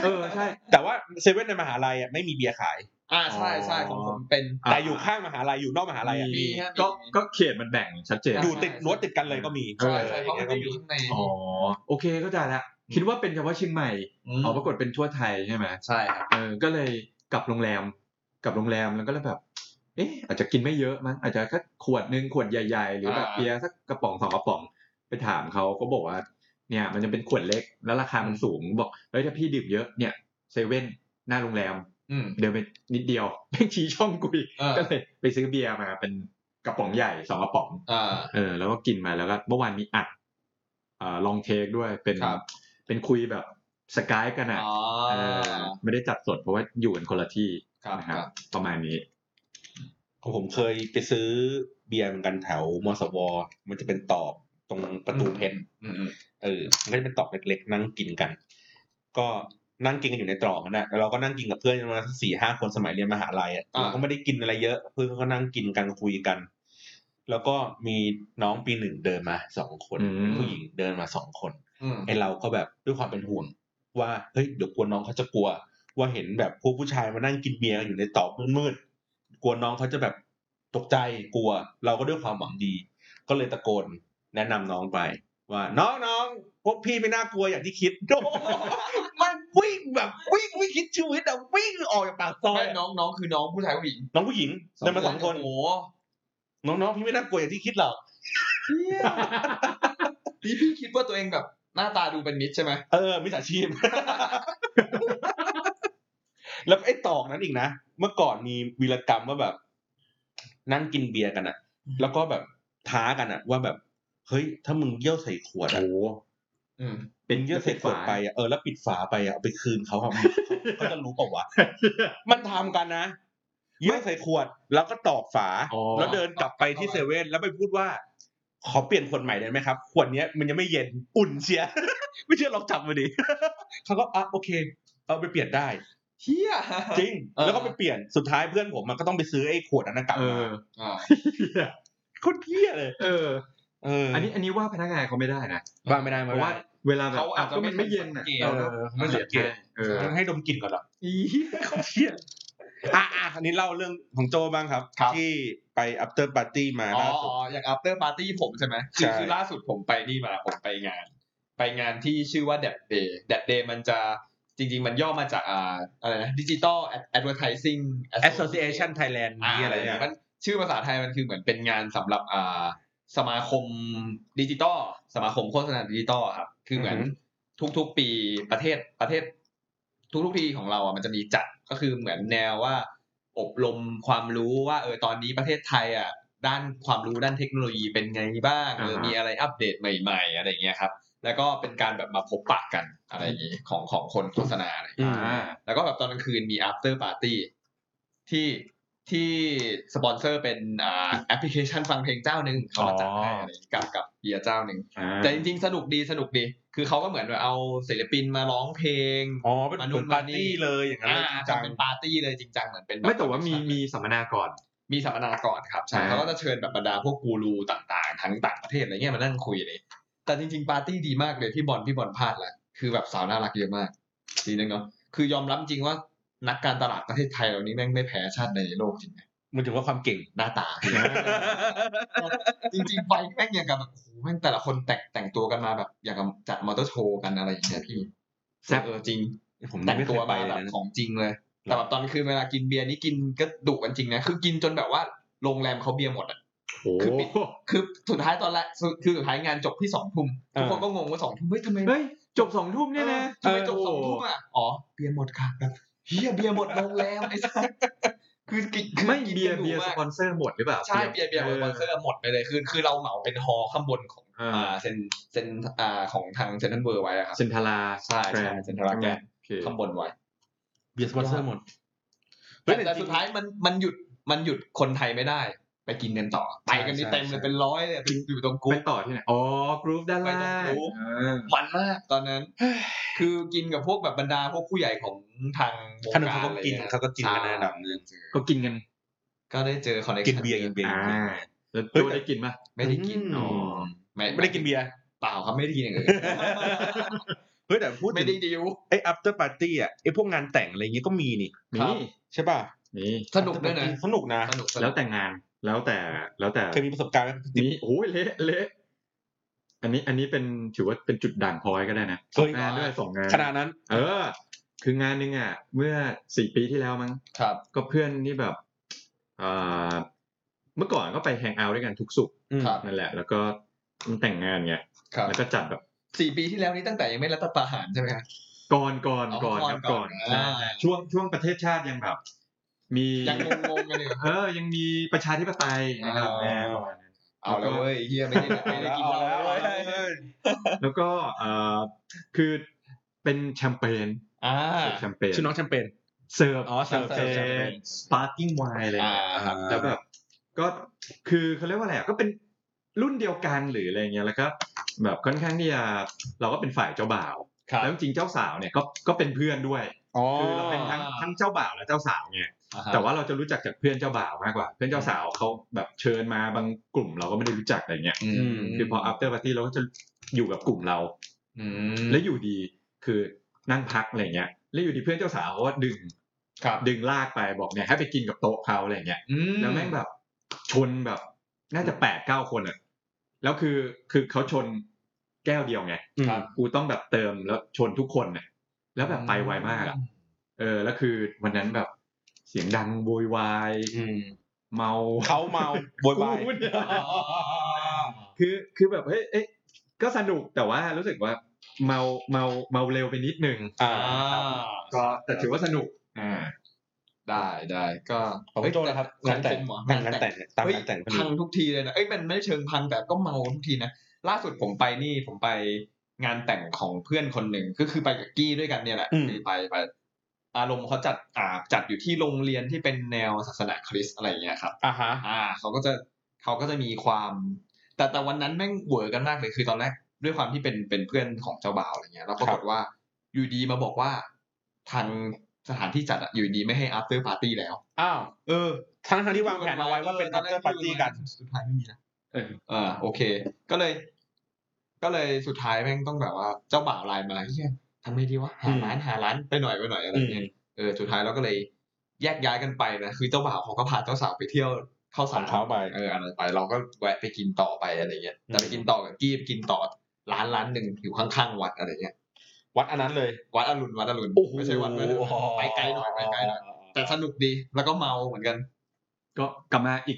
เออใช่
แต่ว่าเซเว่นในมหาลัยอ่ะไม่มีเบียร์ขาย
อ่าใช่ใช่ของผมเป็น
แต่อยู่ข้างมหาลัยอยู่นอกมหาลัยอะ
มี
มี
ฮะ
ก็ก็เขตมันแบ่งชัดเจน
อยู่ติดรั้วติดกันเลยก็มี
ใช่ใช่
อ
เพราะ
ย่าง
มั
เงี้
น
ย
จะอ
ก็มี
ยู่ข้างใน
อ๋อโอเคเข้าใจละคิดว่าเป็นเฉพาะเชียงใหม่
ม
อ๋อปรากฏเป็นทั่วไทยใช่ไหม
ใช่ครับ
เออก็เลยกลับโรงแรมกลับโรงแรมแล้วก็เลยแบบ เอ๊ะอาจจะกินไม่เยอะมั้งอาจจะแค่ขวดหนึ่งขวดใหญ่ ๆ หรือแบบ
อ่า
เบียร์สักกระป๋องสองกระป๋องไปถามเขาก็บอกว่า เนี่ย มันจะเป็นขวดเล็กแล้วราคามันสูงบอกเฮ้ยถ้าพี่ดื่มเยอะเนี่ยเซเว่นหน้าโรงแรม
อืม
เดินไปนิดเดียว แม่งชี้ช่องกูอีก
เออ
ก็เลยไปซื้อเบียร์มาเป็นกระป๋องใหญ่สองกระป๋อง
อ่า
เออแล้วก็กินมาแล้วก็เมื่อวานมีอัดเอ่อลองเทคด้วยเป็น
ครับ
เป็นคุยแบบสกายกันอ่ะ
อ๋อ
เออไม่ได้จัดสดเพราะว่าอยู่กันคนละที่
ครับ
นะ
ค
ครับ
รับ
ประมาณนี้
ของผมเคยไปซื้อเบียร์เหมือนกันแถวมสว มันจะเป็นตอบตรงประตูเพชร
อืมอืม
เออ มันก็จะเป็นตอกเล็กๆ นั่งกินกัน ก็นั่งกินกันอยู่ในตรอกนั่นแหละแล้วเราก็นั่งกินกับเพื่อนประมาณสี่ห้าคนสมัยเรียนมหาลัยอ่ะ
อ่า
เราก็ไม่ได้กินอะไรเยอะ เพื่อนก็นั่งกินกันคุยกัน แล้วก็มีน้องปีหนึ่งเดินมาสองคน
อืม
เป็นผู้หญิงเดินมาสองคน
อืม
ไอเราก็แบบด้วยความเป็นห่วงว่าเฮ้ยเดี๋ยวกลัวน้องเขาจะกลัว ว่าเห็นแบบพวกผู้ชายมานั่งกินเบียร์กันอยู่ในตอกมืดๆกลัวน้องเขาจะแบบตกใจกลัว เราก็ด้วยความหวังดี ก็เลยตะโกนแนะนำน้องไป ว่าน้องน้องพวกพี่ไม่น่ากลัวอย่างที่คิด โดมันวิ่งแบบวิ่งวิ่งคิดชีวิตอะวิ่งออกจากปากซอย
ไม่น้องน้องคือน้องผู้ชายผู้หญิง
น้องผู้หญิงเดินมาสองคน
โอ้โห
น้องๆพี่ไม่น่ากลัวอย่างที่คิดหรอก
นี่พี่คิดว่าตัวเองแบบหน้าตาดูเป็นมิตรใช่ไหม
เออมิจฉาชีพ แล้วไอ้ตอกนั้นอีกนะ เมื่อก่อนมีวีรกรรมว่าแบบ นั่งกินเบียร์กันอะแล้วก็แบบท้ากันอะว่าแบบ เฮ้ย ถ้ามึงเยี่ยวใส่ขวด
โอ้
อะ
โห
อืม
เป็
มึ
น
งเยี่ยวใส่ขวดไปอะเออแล้วปิดฝาไปอะเอาไปคืนเขา อะเขาจะรู้เปล่าวะ มันทำกันนะเยี่ยวใส่ขวด แล้วก็ตอกฝา
อ๋อ
แล้วเดินกลับไปที่เซเว่นแล้วไปพูดว่า ขอเปลี่ยนขวดใหม่ได้ไหมครับ ขวดเนี้ยมันยังไม่เย็นอุ่นเชียร์ ไม่เชื่อลองจับมาดิ เขาก็อ่ะโอเค เอาไปเปลี่ยนได้
เฮีย
จริง
เออ
แล้วก็ไปเปลี่ยนสุดท้ายเพื่อนผมมันก็ต้องไปซื้อไอ้ขวดนั้นนะกลับ
เอ
มา
อ
อ่า
โคนเที่ยเลย
เออ
เออ
อันนี้อันนี้ว่าพนักงานเขาไม่ได้นะ
ว่าไม่ได้
เพ
ไม่
ราะ
ได้
ว่าเวลาแบบ
เขาอาจจะ
ก็มันไม่เย็น
สั
อ่ะ
งเกต
เออไม่
เสี
สั
ย
งเกต
เออ
ให้ดมกลิ่นก่อนเหรอ
อี
เขาเที่ยอ่ะอ่ะอันนี้เล่าเรื่องของโจบ้างครับ
ครับ
ที่ไป after party มา
อ๋อ
ล่าสุด
อ๋ออย่าง after party ผมใช่ไหมคือ
ใช่
คือล่าสุดผมไปนี่มาผมไปงาน ไปงานที่ชื่อว่า Dad Day Dad Day มันจะจริง ๆ มันย่อมาจากอ่าอะไรนะ Digital Advertising
Association Thailand
อ่า
นี่อะไรเนี่ย
มันชื่อภาษาไทยมันคือเหมือนเป็นงานสำหรับอ่าสมาคมดิจิตอลสมาคมโฆษณาดิจิตอลครับ คือเหมือน
อือหื
ทุกๆปีประเทศประเทศ ทุกๆปีของเราอ่ะมันจะมีจัดก็คือเหมือนแนวว่า อบรมความรู้ว่าเออตอนนี้ประเทศไทยอ่ะด้านความรู้ด้านเทคโนโลยีเป็นไงบ้างเออมีอะไรอัปเดตใหม่ๆ อะไรอย่างเงี้ยครับ แล้วก็เป็นการแบบมาพบปะกันอะไรอย่างงี้ของของคนโฆษณาอะไรอย่างเงี้ย
อืม
อ่า
แล้วก็แบบตอนกลางคืนมี after party ที่ที่สปอนเซอร์เป็นอ่าแอปพลิเคชันฟังเพลงเจ้าหนึ่งเขามาจัดให้อะไรอย่างงี้กับกับเบียร์เจ้าหนึ่ง
อ่า
แต่จริงๆ สนุกดีสนุกดี คือเขาก็เหมือนแบบเอาศิลปินมาร้องเพลง
อ๋อเป็น
มานู่
เหมือน น
มา
ปา
นี่
ร์ตี้เลยอย่างนั้น
อ่า
เลยจริง
จะ
จัง
เป็นปาร์ตี้เลยจริงจังเหมือนเป็นบบ
ไม่แต่ว่ามีมีสัมมนาก่อน
มีสัมมนาก่อนครับใช่
อ่า
เขาก็จะเชิญแบบบรรดาพวกกูรูต่างๆ ทั้งต่างประเทศอะไรเงี้ยมานั่งคุยเลย แต่จริงๆ ปาร์ตี้ดีมากเลยพี่บอลพี่บอลพลาดละคือแบบสาวน่ารักเยอะมากดีนึงเนาะคือยอมรับจริงว่านักการตลาดประเทศไทยเรานี้แม่งไม่แพ้ชาติใดในโลกจริง
มันถือว่าความเก่ง
หน้าตา จริงๆไปแม่งอย่างกับแบบโอ้โหแม่งแต่ละคนแต่งแต่งตัวกันมาแบบอย่างกับจัดมอเตอร์โชว์กันอะไรอย่างเงี้ยพี่
แซ่บ
เออจริง
ผม
แต่ง
ไม่เค
ตัวย
ไป
มา
เล
แบ
ย
บ
นะ
ของจริงเลย แต่แบบตอนคืนเวลากินเบียร์นี่กินก็ดุกันจริงนะคือกินจนแบบว่าโรงแรมเขาเบียร์หมดอ่ะ
โอ้
คือปิด
โห
คือสุดท้ายตอนแรกสุดคือสุดท้ายงานจบที่สองทุ่ม
เออ
ทุกคนก็งงว่าสองทุ่มเฮ้ยทำไม
เฮ้ยจบสองทุ่มเนี่ยนะ
ทำไมจบสองทุ่มอ่ะอ๋อเบียร์หมดค่ะแบบเฮียเบียร์หมดโรงแรมไอ้สัสคือกินคือ
ไม่
กิน
เบีย
กัน
ร์
ดุ
เบียร์
มา
ส
ก
ปอนเซอร์หมดหรือเปล่า
ใช่เบียร์เบียร์สปอนเซอร์หมดไปเลยคือคือเราเหมาเป็นฮอลล์ข้างบนของ
อ่า
อ่าเซนเซนอ่าของทางเซนทรัลเวิร์ไว้อะครับ
เซนทารา
ใช่ใช่เซ็นทรัลแกรนด์
โอเค
ข้างบนไว้
เบียร์สปอนเซอร์หมด
แต่
เฮ้ย
แต่สุดท้ายมันมันหยุดมันหยุดคนไทยไม่ได้ ไปกินกันต่อ ไปกันนี่เต็มเลยเป็นร้อยเลยไปอยู่ตรงกรุ๊
ไป
ป
ต่อที่ไหนอ๋อกรุ๊ปด้านล่า
ไปตรงก
ง
รุ๊ป
อ่า
มันมากตอนนั้น คือกินกับพวกแบบบรรดาพวกผู้ใหญ่ของทางวง
ขนม
การ
เขาก็
อะไร
กิน
เงี้ย
เขาก็กินกันในระดับหนึง
ก็กินกัน
ก็ได้เจอคอนเนค
กินเบียร์กินเบียร์
อ่าแล้ว
เฮ้ย
โจ
แต่
ได้กินปะ
ไม่ได้กิน
อ๋อ
ไม่ได้กินเบียร์
เปล่าครับไม่ได้กินอย่างอื่น
เฮ้ยแต่พูด
ไม่
ถึง
ได้ดิว
ไอ้ after party อ่ะไอ้พวกงานแต่งอะไรเงี้ยก็มีนี่
ครั
มี
บ
ใช่ป่ะ
นี่
สนุกด้วยนะ
สนุกนะ
สนุกสนุก
แล้วแต่งานแล้วแต่แล้วแต่
เคยมีประสบการณ์ไหม
นี่โอ้ยเละเละอันนี้อันนี้เป็นถือว่าเป็นจุดด่างพร้อยก็ได้นะ
เฮ้ย
งานด้วยสองงาน
ขนาดนั้น
เออ คืองานหนึงอ่ะ เมื่อสี่ปีที่แล้วมั้ง
ครับ
ก็เพื่อนนี่แบบเอ่อเมื่อก่อนก็ไปแฮงเอาท์ด้วยกันทุกสุข
ครับ
นั่นแหละ แล้วก็มันแต่งงานไง
ครับ
แล้วก็จัดแบบ
สี่ปีที่แล้วนี้ตั้งแต่ยังไม่รัฐประหารใช่ไหมครับ
ก่อนก่อน
อ๋อ
ก่อนครับ
ก่
ก่
อ
อน น
ก่อน
ใช่
อ่า
ใช่ช่วงช่วงประเทศชาติยังแบบ มี
ยังงงๆกันอยู่
เออยังมีประชาธิปไตยนะครับ
อ๋อ
แน่ประมาณนั้น
เอาแล้วเว้ยเฮียไม่ได้ไม่ได้กินเหล้าแล้วเว้ย
แล้วก็เออคือเป็นแชมเปญ
อ่า
แชมเปญ
ชื่อน้องแชมเปญ
เสิร์ฟ
อ๋อเสิร์ฟ
แชมเป
เสิร์ฟ
ญสปาร์กิ้งไวน์อะไรอย่างเงี้ย
อ่าครับ
แล้วแบบก็คือเขาเรียกว่าอะไรอะก็เป็นรุ่นเดียวกันหรืออะไรเงี้ยแล้วก็แบบค่อนข้างที่จะเราก็เป็นฝ่ายเจ้าบ่าว
ครับ
แล้วจริงๆเจ้าสาวเนี่ยก็ก็เป็นเพื่อนด้วย
อ๋อ
คือเราเป็นทั้งทั้งเจ้าบ่าวและเจ้าสาวไง
อ่ฮะ
แต่ว่าเราจะรู้จักจากเพื่อนเจ้าบ่าวมากกว่า เพื่อนเจ้าสาวเขาแบบเชิญมาบางกลุ่มเราก็ไม่ได้รู้จักอะไรเงี้ย
อืม
คือพอ after party เราก็จะอยู่กับกลุ่มเรา
อืม
แล้วอยู่ดีคือนั่งพักอะไรเงี้ยแล้วอยู่ดีเพื่อนเจ้าสาวเขาก็ดึง
ครับ
ดึงลากไปบอกเนี่ยให้ไปกินกับโต๊ะเขาอะไรเงี้ย
อืม
แล้วแม่งแบบชนแบบ น่าจะแปดเก้าคนอ่ะ แล้วคือคือเขาชนแก้วเดียวไง
ครับ
กูต้องแบบเติมแล้วชนทุกคนเนี่ยแล้วแบบไปไวมากอ่ะ เออ แล้วคือวันนั้นแบบเสียงดังโวยวาย
อืม
เมา
เขาเมาโวยวาย
กูเนี่
อ๋ออ๋ออ๋ออ๋อ
คือคือแบบเฮ้ยเอ๊ะก็สนุกแต่ว่ารู้สึกว่าเมาเมาเมาเร็วไปนิดนึง
อ่า
อ่า
ก็แต่ถือว่าสนุกอ่า
ได้ได้ก็
ของพี่โจนะครับ
เฮ้ย
งานแต่ง
ของเจมส์เหรอง
งานานแต่งตามงานแต่ง
เฮ้ยพังทุกทีเลยนะเอ้ยมันไม่ได้เชิงพังแต่ก็เมาทุกทีนะล่าสุดผมไปนี่ผมไปงานแต่งของเพื่อนคนหนึ่งก็คือไปกับกี้ด้วยกันเนี่ยแหละคือไปไป อารมณ์เขาจัดอ่าจัดอยู่ที่โรงเรียนที่เป็นแนวศาสนาคริสต์อะไรอย่างเงี้ยครับ
อ่าฮะ
อ่าเขาก็จะเขาก็จะมีความ แต่แต่วันนั้นแม่งเหวอกันมากเลยคือตอนแรกด้วยความที่เป็นเป็นเพื่อนของเจ้าบ่าวอะไรเงี้ยแล้วปรากฏว่าอยู่ดีมาบอกว่าทางสถานที่จัดอะอยู่ดีไม่ให้ after party แล้ว
อ้าว
เออ
ทั้งทที่วางแผนเอาไว้ว่าเป็น
ต
after
แก
party กัน
สุดท้ายไม่มีนะ
เออ
เออโอเค ก็เลย ก็เลยสุดท้ายแม่งต้องแบบว่าเจ้าบ่าวไลน์มาเฮียทำไงดีวะหาร้านหาร้านไปหน่อยไปหน่อยอะไรเงี้ยเออสุดท้ายเราก็เลยแยกย้ายกันไปนะคือเจ้าบ่าวเขาก็พาเจ้าสาวไปเที่ยวเข้าสาร
ของเขาไป
เอออันนั้นไปเราก็แวะไปกินต่อไปอะไรเงี้ยแต่ไปกินต่อกับกี้ไปกินต่อร้านร้านหนึ่งอยู่ข้างๆวัดอะไรเงี้ย
วัดอันนั้นเลย
วัดอรุณวัดอรุณไม่ใช่วัดไม่ใช่วัดไปไกลหน่อยไปไกลหน่อยแต่สนุกดีแล้วก็เมาเหมือนกัน
ก็กลับมาอีก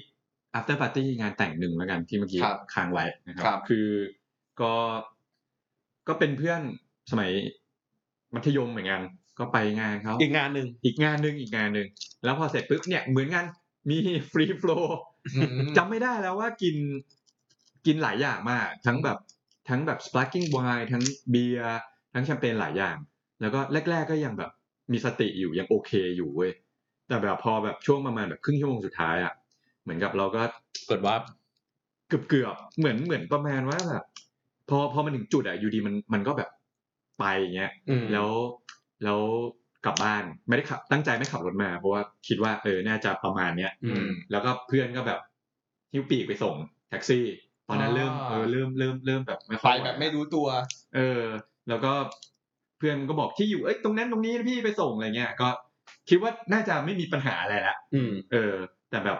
after party งานแต่งหนึ่งแล้วกันที่เมื่อกี้
ครับ
ค้างไว้นะค
ครั
รับ คือก็ก็เป็นเพื่อนสมัยมัธยมเหมือนกัน ก็ไปงานเขา
อีกงานหนึ่ง
อีกงานหนึ่งอีกงานหนึ่งแล้วพอเสร็จปุ๊บเนี่ยเหมือนงานมีฟรีโฟลจำไม่ได้แล้วว่ากินกินหลายอย่างมาก ทั้งแบบทั้งแบบ sparkling wine ทั้งเบียร์ทั้งแชมเปญหลายอย่าง แล้วก็แรก ๆ ก็ยังแบบมีสติอยู่ยังโอเคอยู่เว้ยแต่แบบพอแบบช่วงประมาณแบบครึ่งชั่วโมงสุดท้ายอ่ะเหมือนกับเราก็
เกิดว่า
เกือบเกือบๆเหมือนเหมือนประมาณว่าแบบพอพอมันถึงจุดอะอยู่ดีมันมันก็แบบไปอย่างเงี้ย
อืม
แล้วแล้วกลับบ้านไม่ได้ขับตั้งใจไม่ขับรถมา เพราะว่าคิดว่าเออน่าจะประมาณเนี้ย
อืม
แล้วก็เพื่อนก็แบบหิ้วปีกไปส่งแท็กซี่ ตอนนั้นเริ่ม
อ่า
เออเริ่มเริ่มเริ่มแบบไม่ค่
ไป
อยหว
แบบไม่รู้ตัว
เออ แล้วก็เพื่อนก็บอกที่อยู่เอ้ยตรงนั้นตรงนี้พี่ไปส่งอะไรเงี้ยก็คิดว่าน่าจะไม่มีปัญหาอะไรละ
อืม
เออ แต่แบบ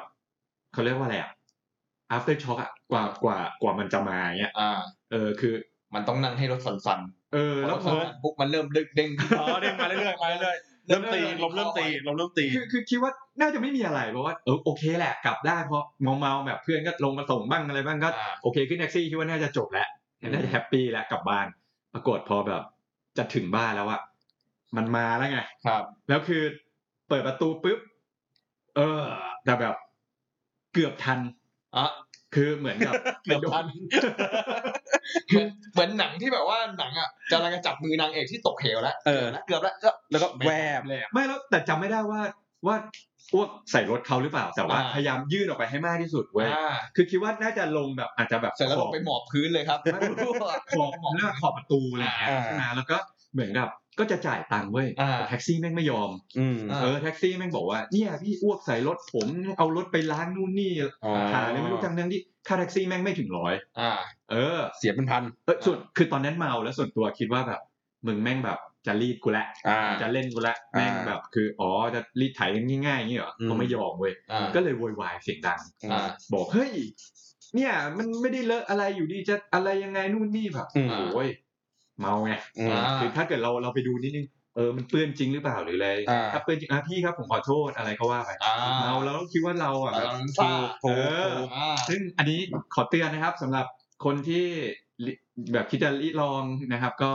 เขาเรียกว่าอะไรอ่ะ after shock อ่ะกว่ากว่ากว่ามันจะมาเนี้ย
อ่า
เออคือ
มันต้องนั่งให้รถสั่น
เออ
ๆ
แล้วพ
พอ
อ
รถสั่นๆปุ๊บมันเริ่มดึกเด้ง
อ๋อเด้งมาเรื่อยๆมาเรื่อยๆเริ่มตีลมเริ่มตีลมเริ่มตี
คือคือคิดว่าน่าจะไม่มีอะไรเพราะว่าเออโอเคแหละกลับได้เพราะเมาเมาๆแบบเพื่อนก็ลงมาส่งบ้างอะไรบ้างก็
อ่า
โอเคขึ้นแท็กซี่คิดว่าน่าจะจบแล้วน่าจะแฮปปี้แล้วกลับบ้านปรากฏพอแบบจะถึงบ้านแล้วอ่ะมันมาแล้วไง
ครับ
แล้วคือเปิดประตูปุ๊บ เออ แต่แบบเกือบทัน
อ่ะ
คือเหมือนกับ
เกือบทัน
เหมือนหนังที่แบบว่าหนังอ่ะจะกำลังจะจับมือนางเอกที่ตกเหวแล้ว
เออ
เกือบแล้วก็
แล้วก็แวบ
ไม่แล้วแต่จำไม่ได้ว่าว่าอ้วกใส่รถเขาหรือเปล่า แต่ว่า
อ่า
พยายามยื่นออกไปให้มากที่สุดเว้ย
อ่า
คือคิดว่าน่าจะลงแบบอาจจะแบบ
เสร็จแล้วลงไปหมอบพื้นเลยครับ
ขอบขอบเรื่องขอบประตูอะไรอย่างเงี้ย
อ่า
ใช่ไหมแล้วก็เหมือนกับก็จะจ่ายตังค์เว้ย
อ่า
แต่แท็กซี่แม่งไม่ยอม
อืม
อ่า
เออแท็กซี่แม่งบอกว่าเนี่ยพี่อ้วกใส่รถผมเอารถไปล้างนู่นนี่
อ๋อ
หาอะไรไม่รู้ทั้งนั้นที่ค่าแท็กซี่แม่งไม่ถึงร้อย
อ่า
เออ
เสียเป็นพัน
เออส่วนคือตอนนั้นเมาแล้วส่วนตัวคิดว่าแบบ มึงแม่งแบบ จะรีดกูละ
อ่า
จะเล่นกูละแม่ง
อ่า
แบบคืออ๋อจะรีดไถกันง่ายๆอย่างนี้เหรอ
อืม
เขาไม่ยอมเว้ย
อ่า
ก็เลยโวยวายเสียงดัง
อ่า
บอกเฮ้ยเนี่ย มันไม่ได้เลอะอะไรอยู่ดีจะอะไรยังไงนู่นนี่แบบ
อืม
อ่า
โอ้ยเมาไง
อืม
อ่า
คือถ้าเกิดเราเราไปดูนิดนึงเออมันเปื้อนจริงหรือเปล่าหรืออะไร
อ่า
ถ้าเปื้อนจริงอ่ะพี่ครับผมขอโทษอะไรก็ว่าไป
อ่า
เราเราคิดว่าเราอ่ะ
เรา
แบบ
ต้องซ่า
เออ
อ่า
ซึ่งอันนี้ขอเตือนนะครับสำหรับคนที่ลิแบบคิดจะลิลองนะครับ ก็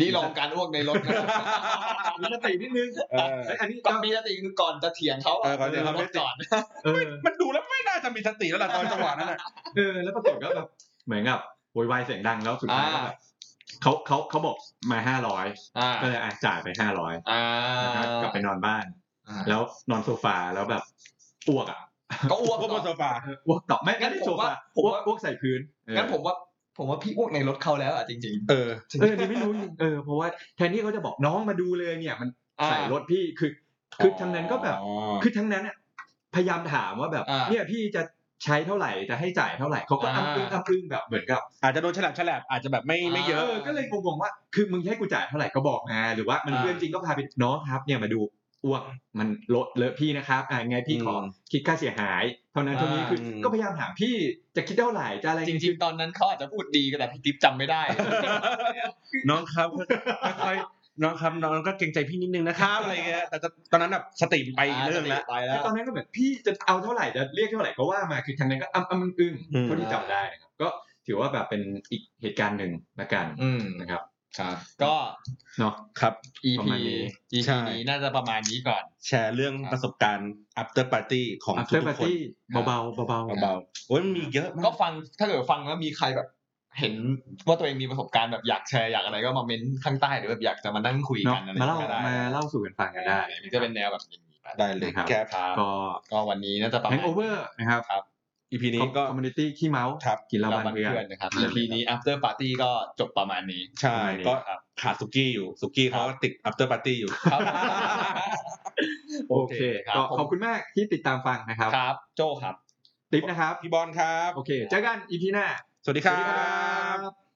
นี่ลองการอ้วกในรถนะครับ
มีสตินิดนึง
เออ
เอ้ยอันนี้
ต้อ
ก็
งมีสติ คือก่อนจะเถียงเขา
เออก่อนจะเถียงเขา
รถก่อน
เออ
มันดูแล้วไม่น่าจะมีสติแล้วล่ะต อนจังหวะนั้นน่ะ
เออแล้วปรากฏก็แบบเหมือนกับโวยวายเสียงดังแล้วสุดท้ายก็
อ่า
แบบเขาเขาเขาบอกมาห้าร้อย
อ่า
ก็เลยอ่ะจ่ายไปห้าร้อย
อ่าก
ลับไปนอนบ้าน
อ่า
แล้วนอนโซฟาแล้วแบบอ้วกอ่ะ
ก็อ้วก
พวกบนโซ
ต่อ
ฟา
อ้วกต่อไม่ไม่
งั้
ได้
น
โซ
ผม
ฟา
ว่าผม
อ้วก
ว่า
อ้วกใส่พื้นเออ
งั้นผมว่า ผมว่าพี่อ้วกในรถเขาแล้วอ่ะจริง
เออ
เออนี่ไม่รู้จริงเออเพราะว่าแทนที่เขาจะบอกน้องมาดูเลยเนี่ย มัน
ๆอ่า
ใส่รถพี่คือคือทั้งนั้นก็แบบ
อ๋อ
คือทั้งนั้นอะพยายามถามว่าแบบ
อ่า
เนี่ยพี่จะใช้เท่าไหร่จะให้จ่ายเท่าไหร่เขาก็
อ่า
อ้ำอึ้งอ้ำอึ้งแบบเหมือนกับ
อาจจะโดนฉลับฉลับอาจจะแบบไม่ไม่เย
เอ
อะ
อก็เลยงงๆว่า คือมึงให้กูจ่ายเท่าไหร่ก็บอกมาหรือว่ามัน
อ่า
เรื่องจริงก็พาไปน้องครับเนี่ยมาดูอ้วกมันลดเลอะพี่นะครับอ่าไงพี่ขอ
อืม
คิดค่าเสียหายเท่านั้นเท่านี้คืออ
ม
ก็พยายามถามพี่จะคิดเท่าไหร่จะอะไร
จริง ๆ ตอนนั้นเขาอาจจะพูดดีก็แต่พี่ติ๊บจำไม่ได้
น้องครับค่อยๆน้องครับน้องก็เกรงใจพี่นิดนึงนะครับอะไรเงี้ยแต่จะตอนนั้นแบบสติไปอีกเรื่องแล้ว
ไปแล้
แล้ว วตอนนั้นก็แบบพี่จะเอาเท่าไหร่จะเรียกเท่าไหร่ก็ว่ามาคือทางนั้นก็อ้ำอ้ำอึ้ง
อืม
เท่าที่จำได้นะครับก็ถือว่าแบบเป็นอีกเหตุการณ์หนึ่งละกัน
อืม
นะครับ
ครับ ก็
เนาะ
ครับ
ประ
EP
มาณนี้
EP
ใช่
นี้น่าจะประมาณนี้ก่อน
แชร์เรื่องประสบการณ์ after party ของทุ
after
กๆคน
party เบาๆเบาๆ
เบาๆโอ้ยมันมีเยอะมา
ก็
ก
ฟังถ้าเกิดฟังแล้วมีใครแบบ เห็นว่าตัวเองมีประสบการณ์แบบอยากแชร์อยากอะไรก็มาเม้นข้างใต้หรือแบบอยากจะมานั่งคุย
เนาะ
กันอะไร
มาเล่า
ก็ได้
มาเล่าสู่กันฟังกันได้
มันจะเป็นแนวแบบอย่างนี้ไป
ได้เลย
นะครับ
แก้ครับ
ก็
ก็วันนี้น่าจะประ
แฮ
มาณ
งโอเวอร์นะครับ
EP นี้ก็
คอมมูนิตี้ขี้เมาส์
ครับ
กินเหล้า
เรา
บ้าน
บัน
เพื่
เพื่
อ
อน นนะครับ
ได้เลย
EP นี้ after party ก็จบประมาณนี้
ใช่ก็
ครับ
ขาดสุกี้อยู่สุกี้เขาก็ติด after party อยู่
ครับ
โอเค
ครับ
ก็
ผม
ขอบคุณมากที่ติดตามฟังนะครับ
ครับ โจครับ
ติ๊บนะครับ
พี่บอลครับ
โอเคเจอกันอีพีหน้า
สวัสดีครั
สวัสดีครับ บ